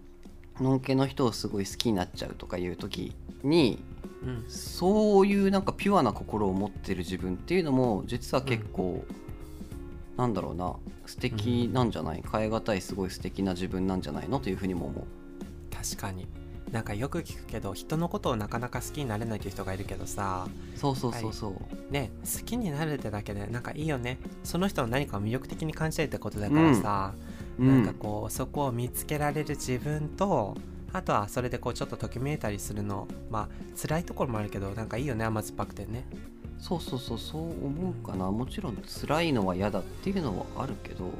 [SPEAKER 1] のんけの人をすごい好きになっちゃうとかいう時に
[SPEAKER 2] うんうんうん
[SPEAKER 1] そういうなんかピュアな心を持ってる自分っていうのも実は結構、なんだろうな素敵なんじゃない、変え難いすごい素敵な自分なんじゃないのというふうにも思う
[SPEAKER 2] 確かになんかよく聞くけど人のことをなかなか好きになれないっていう人がいるけどさ
[SPEAKER 1] そうそうそうそう、
[SPEAKER 2] ね好きになれるってだけでなんかいいよねその人の何かを魅力的に感じてるってことだからさ、
[SPEAKER 1] う
[SPEAKER 2] なんかこうそこを見つけられる自分とあとはそれでこうちょっとときめいたりするのまあ辛いところもあるけどなんかいいよね甘酸っぱくてね
[SPEAKER 1] そうそうそうそう思うかなもちろん辛いのは嫌だっていうのはあるけど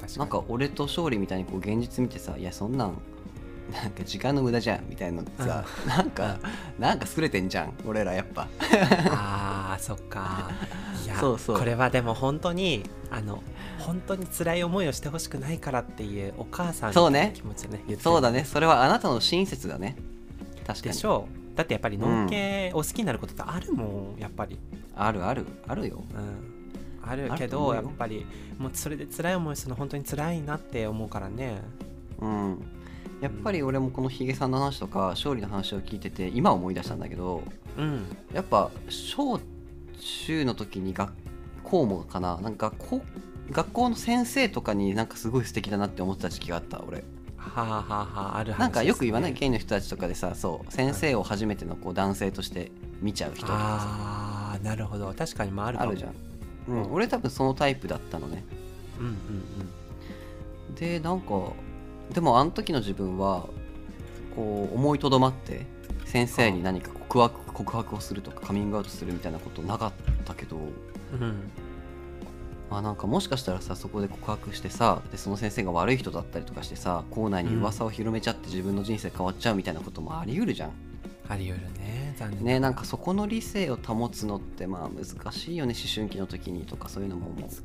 [SPEAKER 2] 確か
[SPEAKER 1] な
[SPEAKER 2] に
[SPEAKER 1] んか俺と勝利みたいにこう現実見てさ「いやそんなんなんか時間の無駄じゃん」みたいなのってさなんか なんかすれてんじゃん俺らやっぱ
[SPEAKER 2] あーそっかいや
[SPEAKER 1] そうそう
[SPEAKER 2] これはでも本当にあの本当に辛い思いをしてほしくないからっていうお母さん
[SPEAKER 1] そ
[SPEAKER 2] の
[SPEAKER 1] うね
[SPEAKER 2] 気持ちね言ってる
[SPEAKER 1] そうだねそれはあなたの親切だね確か
[SPEAKER 2] で
[SPEAKER 1] に
[SPEAKER 2] しょうだってやっぱりのんけを好きになることってあるもんやっぱり、
[SPEAKER 1] あるあるあるよ
[SPEAKER 2] うん、ある
[SPEAKER 1] あ
[SPEAKER 2] け
[SPEAKER 1] ると思
[SPEAKER 2] ど
[SPEAKER 1] う
[SPEAKER 2] や
[SPEAKER 1] よ
[SPEAKER 2] っぱりもうそれで辛い思いするの本当に辛いなって思うからね
[SPEAKER 1] うんやっぱり俺もこのヒゲさんの話とか勝利の話を聞いてて今思い出したんだけど
[SPEAKER 2] うん
[SPEAKER 1] やっぱ小中の時に学校もかななんか学校学校の先生とかになんかすごい素敵だなって思ってた時期があった俺
[SPEAKER 2] はあはあはあある話
[SPEAKER 1] なんかよく言わない
[SPEAKER 2] ですね
[SPEAKER 1] ゲイの人たちとかでさそう先生を初めてのこう男性として見ちゃう人とか
[SPEAKER 2] ああなるほど確かにまあある
[SPEAKER 1] さ
[SPEAKER 2] か
[SPEAKER 1] あ
[SPEAKER 2] も
[SPEAKER 1] るじゃん、うん、俺多分そのタイプだったのね
[SPEAKER 2] うんうん
[SPEAKER 1] でなんかでもあの時の自分はこう思いとどまって先生に何か告白告白をするとかカミングアウトするみたいなことなかったけど
[SPEAKER 2] うんうん
[SPEAKER 1] まあなんかもしかしたらさそこで告白してさでその先生が悪い人だったりとかしてさ校内に噂を広めちゃって自分の人生変わっちゃうみたいなこともあり得るじゃん。
[SPEAKER 2] あり得るね残念
[SPEAKER 1] ねなんかそこの理性を保つのってまあ難しいよね思春期の時にとかそういうのも思う
[SPEAKER 2] 難しい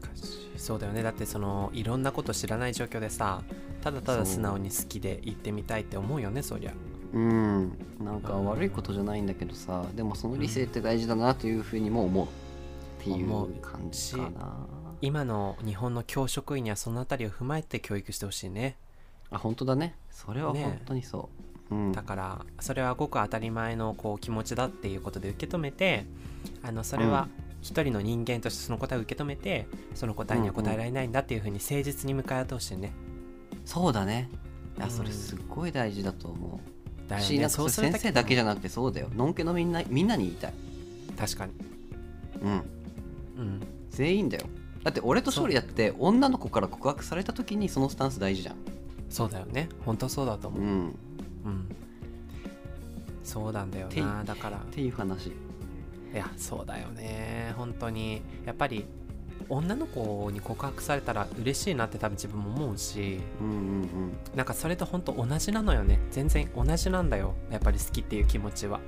[SPEAKER 2] そうだよねだってそのいろんなこと知らない状況でさただただ素直に好きで行ってみたいって思うよねそりゃ
[SPEAKER 1] うんなんか悪いことじゃないんだけどさでもその理性って大事だなというふうにも思うってい
[SPEAKER 2] 思う
[SPEAKER 1] う感じかな
[SPEAKER 2] 今の日本の教職員にはそのあたりを踏まえて教育してほしいね
[SPEAKER 1] あ本当だねそれは
[SPEAKER 2] ね
[SPEAKER 1] 本当にそう、うん
[SPEAKER 2] だからそれはごく当たり前のこう気持ちだっていうことで受け止めてあのそれは一人の人間としてその答えを受け止めてその答えには答えられないんだっていうふうに誠実に向かい合ってほしいね
[SPEAKER 1] そうだねいうや
[SPEAKER 2] ん
[SPEAKER 1] それすっごい大事だと思う、
[SPEAKER 2] だよ
[SPEAKER 1] しな
[SPEAKER 2] ね
[SPEAKER 1] んかそれ
[SPEAKER 2] する
[SPEAKER 1] 先生だけじ
[SPEAKER 2] ゃ
[SPEAKER 1] ゃなくてそうだよのんけのみんなみんなに言いたい
[SPEAKER 2] 確かに
[SPEAKER 1] うん
[SPEAKER 2] うん
[SPEAKER 1] 全員だよだって俺と勝利だって女の子から告白された時にそのスタンス大事じゃん
[SPEAKER 2] そうだよね本当そうだと思
[SPEAKER 1] う
[SPEAKER 2] う、
[SPEAKER 1] ん
[SPEAKER 2] うん、そうなんだよ
[SPEAKER 1] てい
[SPEAKER 2] なだから
[SPEAKER 1] っていう話
[SPEAKER 2] いやそうだよね本当にやっぱり女の子に告白されたら嬉しいなって多分自分も思うし
[SPEAKER 1] うんうん
[SPEAKER 2] なんかそれと本当同じなのよね全然同じなんだよやっぱり好きっていう気持ちは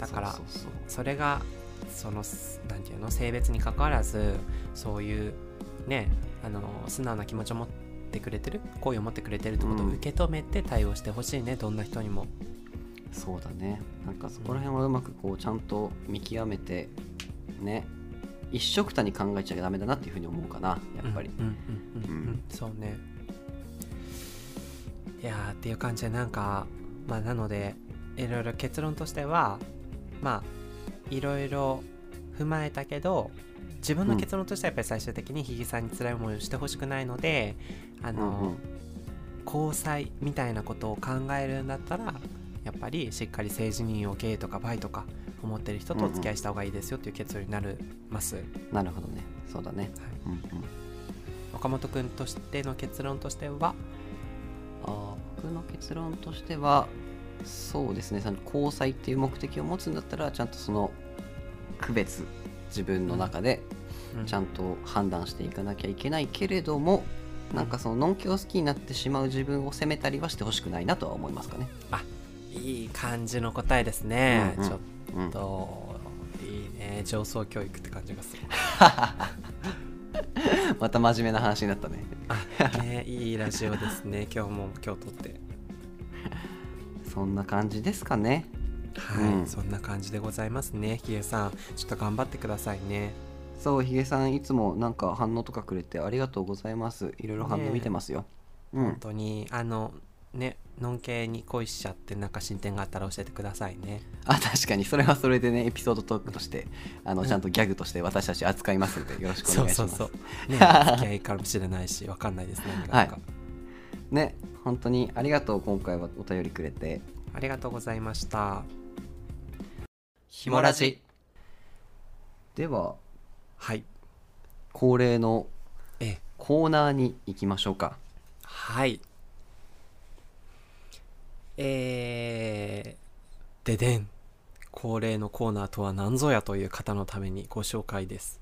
[SPEAKER 2] だから
[SPEAKER 1] そうそうそう
[SPEAKER 2] それがその何て言うの性別に関わらずそういうねあの素直な気持ちを持ってくれてる好意を持ってくれてるってことを
[SPEAKER 1] うん
[SPEAKER 2] 受け止めて対応してほしいね、どんな人にも
[SPEAKER 1] そうだねなんかそこら辺はうまくこうちゃんと見極めてね一緒くたに考えちゃダメだなっていうふうに思うかなやっぱり、
[SPEAKER 2] うんうんうんうん、う
[SPEAKER 1] うんん、
[SPEAKER 2] そうねいやーっていう感じでなんかまあなのでいろいろ結論としてはまあいろいろ踏まえたけど自分の結論としてはやっぱり最終的にひげさんに辛い思いをしてほしくないのであ
[SPEAKER 1] う
[SPEAKER 2] の、
[SPEAKER 1] んうん
[SPEAKER 2] 交際みたいなことを考えるんだったらやっぱりしっかり性自認をゲイとかバイとか思ってる人とお付き合いした方がいいですよっていう結論になります、
[SPEAKER 1] なるほどねそうだね、
[SPEAKER 2] は
[SPEAKER 1] うんう
[SPEAKER 2] い
[SPEAKER 1] ん、
[SPEAKER 2] 岡本君としての結論としては
[SPEAKER 1] あー僕の結論としてはそうですねその交際っていう目的を持つんだったらちゃんとその区別自分の中で
[SPEAKER 2] うん
[SPEAKER 1] ちゃんと判断していかなきゃいけないけれどもなんかそののんきを好きになってしまう自分を責めたりはしてほしくないなとは思いますかね。
[SPEAKER 2] いい感じの答えですね、
[SPEAKER 1] うんうん
[SPEAKER 2] ちょっ
[SPEAKER 1] うん、
[SPEAKER 2] といいね上層教育って感じがする
[SPEAKER 1] また真面目な話になったね。
[SPEAKER 2] あ、ね、いいラジオで すね今日も今日撮って
[SPEAKER 1] そんな感じですかね。
[SPEAKER 2] はい、
[SPEAKER 1] うん
[SPEAKER 2] そんな感じでございますねひげさんちょっと頑張ってくださいね
[SPEAKER 1] そうひげさんいつもなんか反応とかくれてありがとうございますいろいろ反応見てますよ、
[SPEAKER 2] 本当にあのねのんけに恋しちゃってなんか進展があったら教えてくださいね
[SPEAKER 1] うんあ確かにそれはそれでねエピソードトークとしてあ
[SPEAKER 2] う
[SPEAKER 1] の
[SPEAKER 2] ん
[SPEAKER 1] ちゃんとギャグとして私たち扱いますんでよろしくお
[SPEAKER 2] そ
[SPEAKER 1] 願
[SPEAKER 2] う
[SPEAKER 1] いし
[SPEAKER 2] そ
[SPEAKER 1] ま
[SPEAKER 2] う
[SPEAKER 1] す
[SPEAKER 2] そう ね付き合いかもしれないしわかんないです何があるか、
[SPEAKER 1] はね本当にありがとう今回はお便りくれて
[SPEAKER 2] ありがとうございました
[SPEAKER 1] ひ
[SPEAKER 2] もラジ
[SPEAKER 1] では
[SPEAKER 2] はい
[SPEAKER 1] 恒例の
[SPEAKER 2] ええ
[SPEAKER 1] コーナーに行きましょうか
[SPEAKER 2] はいえー、ででん恒例のコーナーとは何ぞやという方のためにご紹介です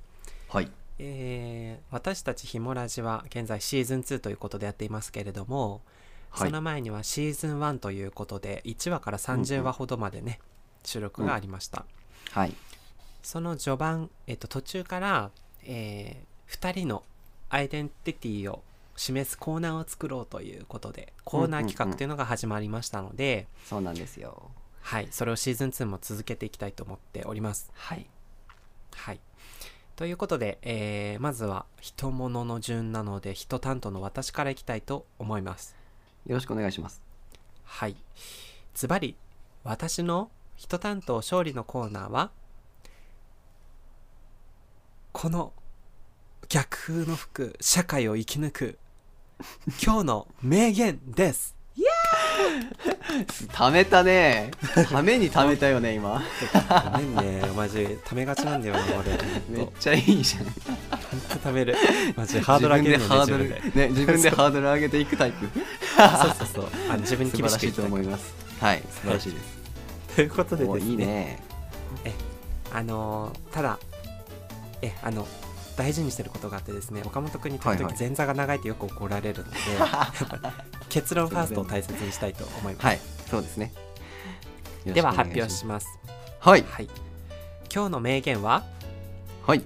[SPEAKER 1] はい
[SPEAKER 2] えー私たちひもラジは現在シーズン2ということでやっていますけれども、
[SPEAKER 1] はい
[SPEAKER 2] その前にはシーズン1ということで1話から30話ほどまでね、収録がありました、
[SPEAKER 1] はい
[SPEAKER 2] その序盤、えっと、途中から、え2人のアイデンティティを示すコーナーを作ろうということでコーナー企画というのが始まりましたので、
[SPEAKER 1] そうなんですよ
[SPEAKER 2] はい、それをシーズン2も続けていきたいと思っております
[SPEAKER 1] はい
[SPEAKER 2] はい。ということで、えーまずは人物の順なので人担当の私からいきたいと思います。
[SPEAKER 1] よろしくお願いします
[SPEAKER 2] はい。ズバリ、私の人担当勝利のコーナーは、この逆風の吹く社会を生き抜く今日の名言 です。
[SPEAKER 1] ためたねためにためたよね今
[SPEAKER 2] ごめんね、マジ、ためがちなんだよね、俺。
[SPEAKER 1] め
[SPEAKER 2] ほ
[SPEAKER 1] っ
[SPEAKER 2] んと
[SPEAKER 1] ちゃいいじゃん
[SPEAKER 2] ためる。マジ、ハードル上げるのね、
[SPEAKER 1] 自
[SPEAKER 2] 自分
[SPEAKER 1] 分で
[SPEAKER 2] で
[SPEAKER 1] ハー。ドルね自分でハードル上げていくタイ プ
[SPEAKER 2] そうそうそう。あの自分に
[SPEAKER 1] 素晴
[SPEAKER 2] 厳
[SPEAKER 1] ら
[SPEAKER 2] しく
[SPEAKER 1] し
[SPEAKER 2] い
[SPEAKER 1] い
[SPEAKER 2] き
[SPEAKER 1] と
[SPEAKER 2] たい
[SPEAKER 1] 思いますはい素晴らしいで
[SPEAKER 2] ということ
[SPEAKER 1] す
[SPEAKER 2] で
[SPEAKER 1] も
[SPEAKER 2] で
[SPEAKER 1] う
[SPEAKER 2] す
[SPEAKER 1] いい
[SPEAKER 2] ね
[SPEAKER 1] ね
[SPEAKER 2] あのーただえあの大事にしてることがあってですね岡本君に時
[SPEAKER 1] はい
[SPEAKER 2] 々
[SPEAKER 1] はい
[SPEAKER 2] 前座が長いってよく怒られ るので、結論ファーストを大切にしたいと思います、
[SPEAKER 1] はいそうですね
[SPEAKER 2] では発表
[SPEAKER 1] ます
[SPEAKER 2] します
[SPEAKER 1] はい
[SPEAKER 2] はい今日の名言は
[SPEAKER 1] はい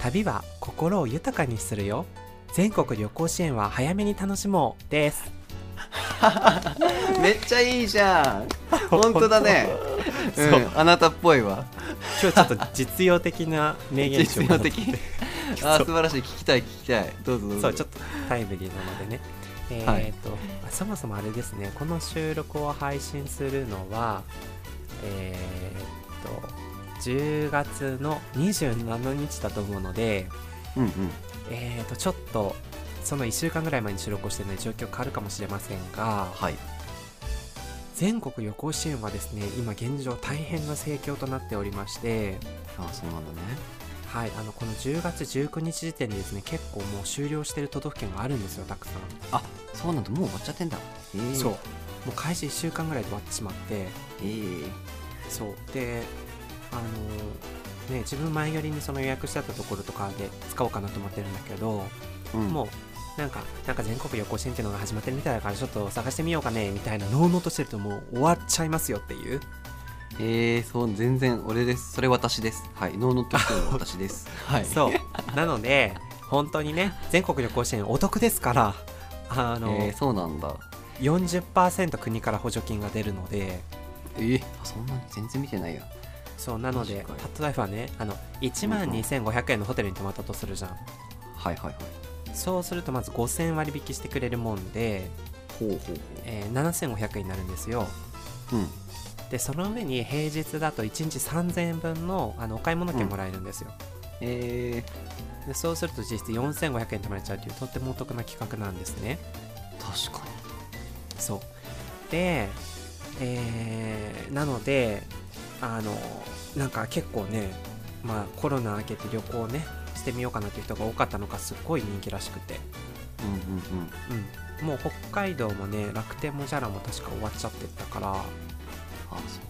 [SPEAKER 2] 旅は心を豊かにするよ全国旅行支援は早めに楽しもうです
[SPEAKER 1] めっちゃいいじゃ ん 本当だね
[SPEAKER 2] そううん
[SPEAKER 1] あなたっぽいわ
[SPEAKER 2] 今日ちょっと実用的な名言にし よ
[SPEAKER 1] 実
[SPEAKER 2] うか
[SPEAKER 1] 用
[SPEAKER 2] なと
[SPEAKER 1] 的あー
[SPEAKER 2] そう
[SPEAKER 1] 素晴らしい聞きたい聞きたいどうぞどうぞ
[SPEAKER 2] そうちょっとタイムリーなのでね、え
[SPEAKER 1] はい
[SPEAKER 2] ーとあそもそもあれですねこの収録を配信するのはえーと10月の27日だと思うので、
[SPEAKER 1] うんうん
[SPEAKER 2] えーとちょっとその1週間ぐらい前に収録をしてるので状況変わるかもしれませんが
[SPEAKER 1] はい
[SPEAKER 2] 全国旅行支援はですね今現状大変な盛況となっておりまして、
[SPEAKER 1] あーそうなんだね
[SPEAKER 2] はい、あのこの10月19日時点でですね結構もう終了してる都道府県があるんですよたくさん。
[SPEAKER 1] そうなんだもう終わっちゃってんだえー
[SPEAKER 2] そうもう開始1週間ぐらいで終わってしまって
[SPEAKER 1] えー
[SPEAKER 2] そうであのね自分前よりにその予約してあったところとかで使おうかなと思ってるんだけど、
[SPEAKER 1] うん
[SPEAKER 2] もうなんかなんか全国旅行支援っていうのが始まってるみたいだからちょっと探してみようかねみたいなのうのうとしてるともう終わっちゃいますよっていう
[SPEAKER 1] えー、そう全然俺ですそれ私ですはいノーノットして るの私ですはい
[SPEAKER 2] そうなので本当にね全国旅行支援お得ですからあの、
[SPEAKER 1] えー、そうなんだ
[SPEAKER 2] 40%国から補助金が出るので
[SPEAKER 1] えー、あそんなに全然見てないや
[SPEAKER 2] そうなので
[SPEAKER 1] 確か
[SPEAKER 2] 例えばねあの1万2500円のホテルに泊まったとするじゃん
[SPEAKER 1] はいはいはい
[SPEAKER 2] そうするとまず5000割引してくれるもんで、
[SPEAKER 1] ほうほうほ
[SPEAKER 2] えー7500円になるんですよ
[SPEAKER 1] ううん
[SPEAKER 2] でその上に平日だと1日3000円分のあのお買い物券もらえるんですよ、
[SPEAKER 1] え
[SPEAKER 2] でそうすると実質4500円貯まれちゃうというとってもお得な企画なんですね
[SPEAKER 1] ー、確か
[SPEAKER 2] そうで、えーなのであのなんか結構ねまあコロナ明けて旅行をねしてみようかなという人が多かったのがすっごい人気らしくて
[SPEAKER 1] にうんうんうん
[SPEAKER 2] うん、もう北海道もね楽天も JAL も確か終わっちゃってったから
[SPEAKER 1] あそう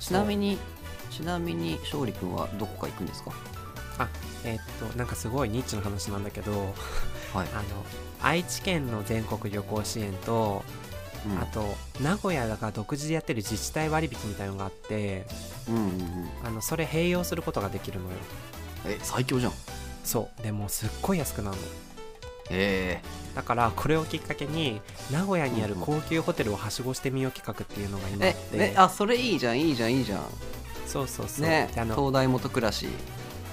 [SPEAKER 1] ちなみにちなみに勝利君はどこか行くんですか
[SPEAKER 2] えっとなんかすごいニッチな話なんだけど、
[SPEAKER 1] はい
[SPEAKER 2] あの愛知県の全国旅行支援と、
[SPEAKER 1] うん
[SPEAKER 2] あと名古屋が独自でやってる自治体割引みたいのがあって
[SPEAKER 1] うんうんうん
[SPEAKER 2] あのそれ併用することができるのよ
[SPEAKER 1] え最強じゃん
[SPEAKER 2] そうでもうすっごい安くなるの
[SPEAKER 1] え
[SPEAKER 2] だからこれをきっかけに名古屋にある高級ホテルをはしごしてみよう企画っていうのが今あっ
[SPEAKER 1] え
[SPEAKER 2] て、
[SPEAKER 1] えあそれいいじゃんいいじゃんいいじゃん
[SPEAKER 2] そうそうそう、
[SPEAKER 1] ね
[SPEAKER 2] であの
[SPEAKER 1] 東大元暮らし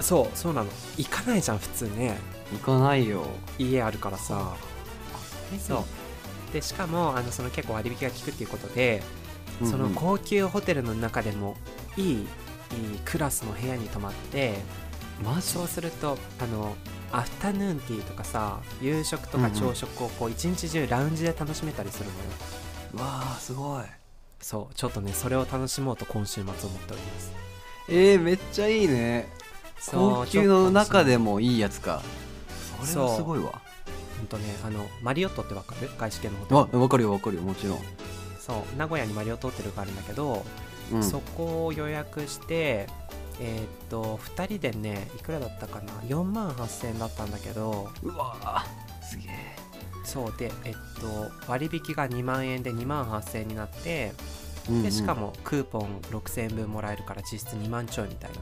[SPEAKER 2] そうそうなの行かないじゃん普通ね
[SPEAKER 1] 行かないよ
[SPEAKER 2] 家あるからさ
[SPEAKER 1] そ
[SPEAKER 2] そうでしかもあのその結構割引が効くっていうことで、
[SPEAKER 1] うんうん
[SPEAKER 2] その高級ホテルの中でもいいいいクラスの部屋に泊まって
[SPEAKER 1] マジ
[SPEAKER 2] そうするとあのアフタヌーンティーとかさ夕食とか朝食をこう一日中ラウンジで楽しめたりするのよ、
[SPEAKER 1] わあすごい
[SPEAKER 2] そうちょっとねそれを楽しもうと今週末思っております
[SPEAKER 1] えー、めっちゃいいね
[SPEAKER 2] そう
[SPEAKER 1] 高級の中で
[SPEAKER 2] も
[SPEAKER 1] もいいやつかそれはすごいわ
[SPEAKER 2] ほんとねあのマリオットってわかる外資系のホテ
[SPEAKER 1] あ
[SPEAKER 2] ル
[SPEAKER 1] わかるよわかるよもちろん、
[SPEAKER 2] そう名古屋にマリオットホテルがあるんだけど、
[SPEAKER 1] うん、
[SPEAKER 2] そこを予約してえーっと2人でねいくらだったかな4万8000円だったんだけど
[SPEAKER 1] うわあすげえ
[SPEAKER 2] そうでえっと割引が2万円で2万8000円になって
[SPEAKER 1] うんう
[SPEAKER 2] で
[SPEAKER 1] ん
[SPEAKER 2] しかもクーポン6000円分もらえるから実質2万ちょいみたいな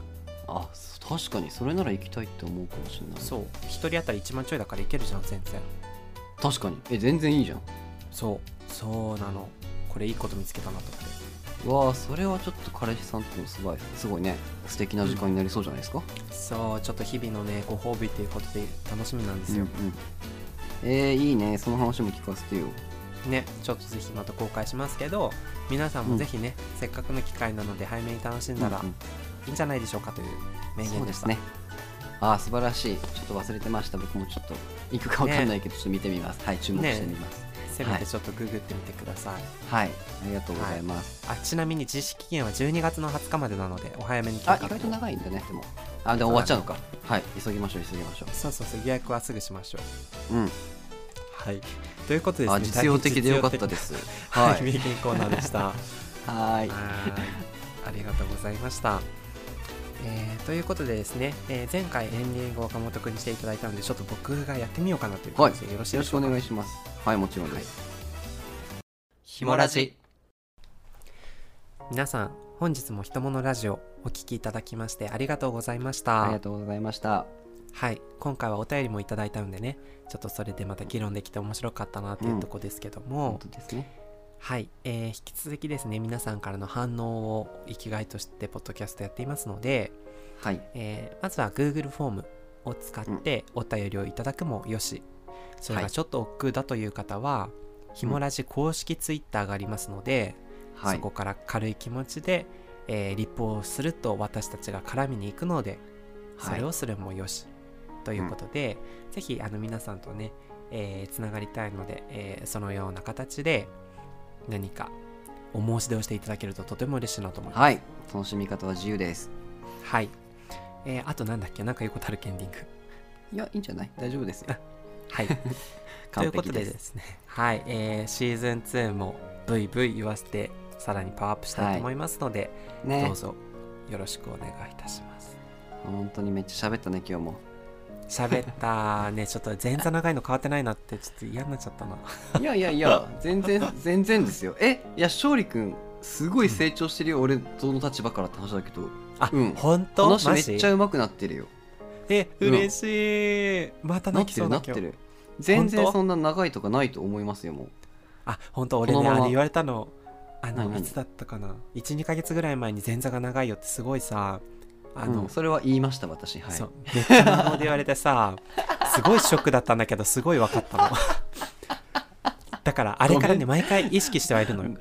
[SPEAKER 1] あそ確かにそれなら行きたいって思うかもしれない
[SPEAKER 2] そう1人当たり1万ちょいだからいけるじゃん全然
[SPEAKER 1] 確かにえ全然いいじゃん
[SPEAKER 2] そうそうなのこれいいこと見つけたなと思って
[SPEAKER 1] うわあそれはちょっと彼氏さんともすごいすごいね素敵な時間になりそうじゃないですか、
[SPEAKER 2] そうちょっと日々のねご褒美っていうことで楽しみなんですよ、
[SPEAKER 1] えー、いいねその話も聞かせてよ
[SPEAKER 2] ねちょっとぜひまた公開しますけど皆さんもぜひね、せっかくの機会なので早めに楽しんだら
[SPEAKER 1] うんうん
[SPEAKER 2] いいんじゃないでしょうかという名
[SPEAKER 1] そ
[SPEAKER 2] 言
[SPEAKER 1] う
[SPEAKER 2] で
[SPEAKER 1] で
[SPEAKER 2] し
[SPEAKER 1] す
[SPEAKER 2] た、
[SPEAKER 1] ねあー素晴らしいちょっと忘れてました僕もちょっと行くかわかんないけど、ちょっと見てみますはい注目してみます、
[SPEAKER 2] せめてちょっとググってみてください、
[SPEAKER 1] はいありがとうございます、
[SPEAKER 2] あちなみに実施期限は12月の20日までなのでお早めに
[SPEAKER 1] あ意外と
[SPEAKER 2] い
[SPEAKER 1] 長いんだねでもあでも終わっちゃうのかはい急ぎましょう急ぎましょ
[SPEAKER 2] そうそうそう予約はすぐしましょう
[SPEAKER 1] ううん
[SPEAKER 2] はいということで
[SPEAKER 1] あ
[SPEAKER 2] ですね
[SPEAKER 1] 実用的でよかったですす
[SPEAKER 2] は
[SPEAKER 1] はいい
[SPEAKER 2] 名言コーナー でした
[SPEAKER 1] はーい
[SPEAKER 2] はいありがとうございました。えーということでですね、えー前回エンディングを岡本君にしていただいたのでちょっと僕がやってみようかなという
[SPEAKER 1] は
[SPEAKER 2] 感
[SPEAKER 1] い
[SPEAKER 2] じでよろしい
[SPEAKER 1] よ
[SPEAKER 2] で
[SPEAKER 1] ろ
[SPEAKER 2] し
[SPEAKER 1] し
[SPEAKER 2] ょ
[SPEAKER 1] くお
[SPEAKER 2] うか、
[SPEAKER 1] 願いしますはいもちろんです、
[SPEAKER 2] ひもラジ皆さん本日も「ひとものラジオ」お聞きいただきましてありがとうございまし
[SPEAKER 1] ありが
[SPEAKER 2] た
[SPEAKER 1] とうございました
[SPEAKER 2] はい今回はお便りもいただいたのでねちょっとそれでまた議論できて面白かったなというとこですけども、
[SPEAKER 1] 本当ですね
[SPEAKER 2] はい、えー引き続きですね皆さんからの反応を生きがいとしてポッドキャストやっていますので、
[SPEAKER 1] はい
[SPEAKER 2] えーまずは Google フォームを使ってお便りをいただくもよし、それがちょっと億劫だという方は、ひもラジ公式 Twitter がありますので、
[SPEAKER 1] は
[SPEAKER 2] そ
[SPEAKER 1] い
[SPEAKER 2] こから軽い気持ちで、えーリプをすると私たちが絡みに行くので、
[SPEAKER 1] はい
[SPEAKER 2] それをするもよしということで、ぜひあの皆さんとね、えーつながりたいので、えーそのような形で何かお申し出をしていただけるととても嬉しいなと思います。
[SPEAKER 1] はい楽しみ方は自由です
[SPEAKER 2] はい。えーあとなんだっけなんか言うことあるけエンディング。
[SPEAKER 1] いやいいんじゃない大丈夫ですよ
[SPEAKER 2] はい。とい
[SPEAKER 1] 完
[SPEAKER 2] うこと
[SPEAKER 1] 璧
[SPEAKER 2] で
[SPEAKER 1] で
[SPEAKER 2] ですすね、はい、えーシーズン2もブイブイ言わせて、さらにパワーアップしたいと思いますので、ど
[SPEAKER 1] ね
[SPEAKER 2] うぞよろしくお願いいたします。
[SPEAKER 1] 本当にめっちゃ喋ったね今日も
[SPEAKER 2] 喋ったね、ちょっと前座長いの変わってないなって、ちょっと嫌になっちゃったな。
[SPEAKER 1] いやいやいや全然 全然ですよえいや勝利君すごい成長してるよ、俺どの立場からって話だけど
[SPEAKER 2] あ、
[SPEAKER 1] うん
[SPEAKER 2] 本当
[SPEAKER 1] 話
[SPEAKER 2] マ
[SPEAKER 1] めっ
[SPEAKER 2] ジ
[SPEAKER 1] ちゃ上手くなってるよ
[SPEAKER 2] え、
[SPEAKER 1] うん
[SPEAKER 2] 嬉しい。また
[SPEAKER 1] な
[SPEAKER 2] 泣
[SPEAKER 1] っ
[SPEAKER 2] き
[SPEAKER 1] て
[SPEAKER 2] そ
[SPEAKER 1] る
[SPEAKER 2] う
[SPEAKER 1] な
[SPEAKER 2] な
[SPEAKER 1] って
[SPEAKER 2] 今日
[SPEAKER 1] る全然
[SPEAKER 2] 本当
[SPEAKER 1] そんな長いとかないと思いますよもう
[SPEAKER 2] あ、本当俺ね、
[SPEAKER 1] このまま
[SPEAKER 2] あれ言われたの、あの、
[SPEAKER 1] 何
[SPEAKER 2] い
[SPEAKER 1] 何
[SPEAKER 2] つだったかな。1、2ヶ月ぐらい前に前座が長いよってすごいさ、あ
[SPEAKER 1] あ
[SPEAKER 2] の、
[SPEAKER 1] の、それは言いました私はい
[SPEAKER 2] そうめっちゃ無謀で言われてさ すごいショックだったんだけどすごい分かったの だからあれからね毎回意識してはいるのよ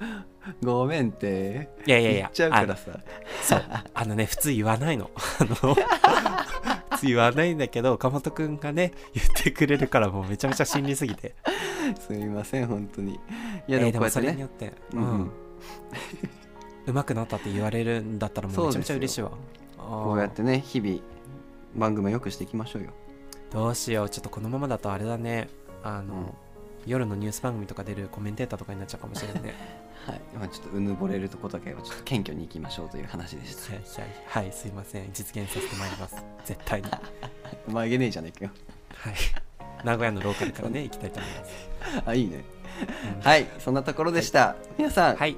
[SPEAKER 1] ごめんって
[SPEAKER 2] いやいやい
[SPEAKER 1] 言
[SPEAKER 2] や
[SPEAKER 1] っちゃう
[SPEAKER 2] あ
[SPEAKER 1] か
[SPEAKER 2] の
[SPEAKER 1] らさ
[SPEAKER 2] そうあのね普通言わないのあの普通言わないんだけど岡本君がね言ってくれるからもうめちゃめちゃ心理すぎて
[SPEAKER 1] すみません本当にい
[SPEAKER 2] い
[SPEAKER 1] やでもこうやっ
[SPEAKER 2] そ
[SPEAKER 1] て
[SPEAKER 2] れに
[SPEAKER 1] ね、
[SPEAKER 2] よってう、
[SPEAKER 1] うんん
[SPEAKER 2] うまくなったって言われるんだったらもうめちゃめちゃ嬉しいわ
[SPEAKER 1] こうやっ
[SPEAKER 2] あ
[SPEAKER 1] てね日々番組をよくしていきましょうよ、
[SPEAKER 2] ーどうしようちょっとこのままだとあれだねあ
[SPEAKER 1] う
[SPEAKER 2] の、
[SPEAKER 1] ん
[SPEAKER 2] 夜のニュース番組とか出るコメンテーターとかになっちゃうかもしれないね
[SPEAKER 1] はいまあ、ちょっとうぬぼれるとこだけはちょっと謙虚にいきましょうという話でした
[SPEAKER 2] はいはいはいすいません実現させてまいります絶対には
[SPEAKER 1] 曲げねえじゃねえかよ
[SPEAKER 2] い名古屋のローカルからね行きたいと思います、
[SPEAKER 1] あいいね
[SPEAKER 2] うん
[SPEAKER 1] はいそんなところでした、皆さん、
[SPEAKER 2] はい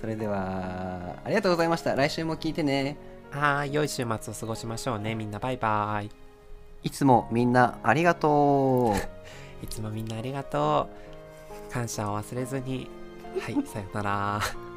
[SPEAKER 1] それではありがとうございました来週も聞いてね
[SPEAKER 2] はーい良い週末を過ごしましょうねみんなバイバイ
[SPEAKER 1] いつもみんなありがとう
[SPEAKER 2] いつもみんなありがとう感謝を忘れずにはいさよなら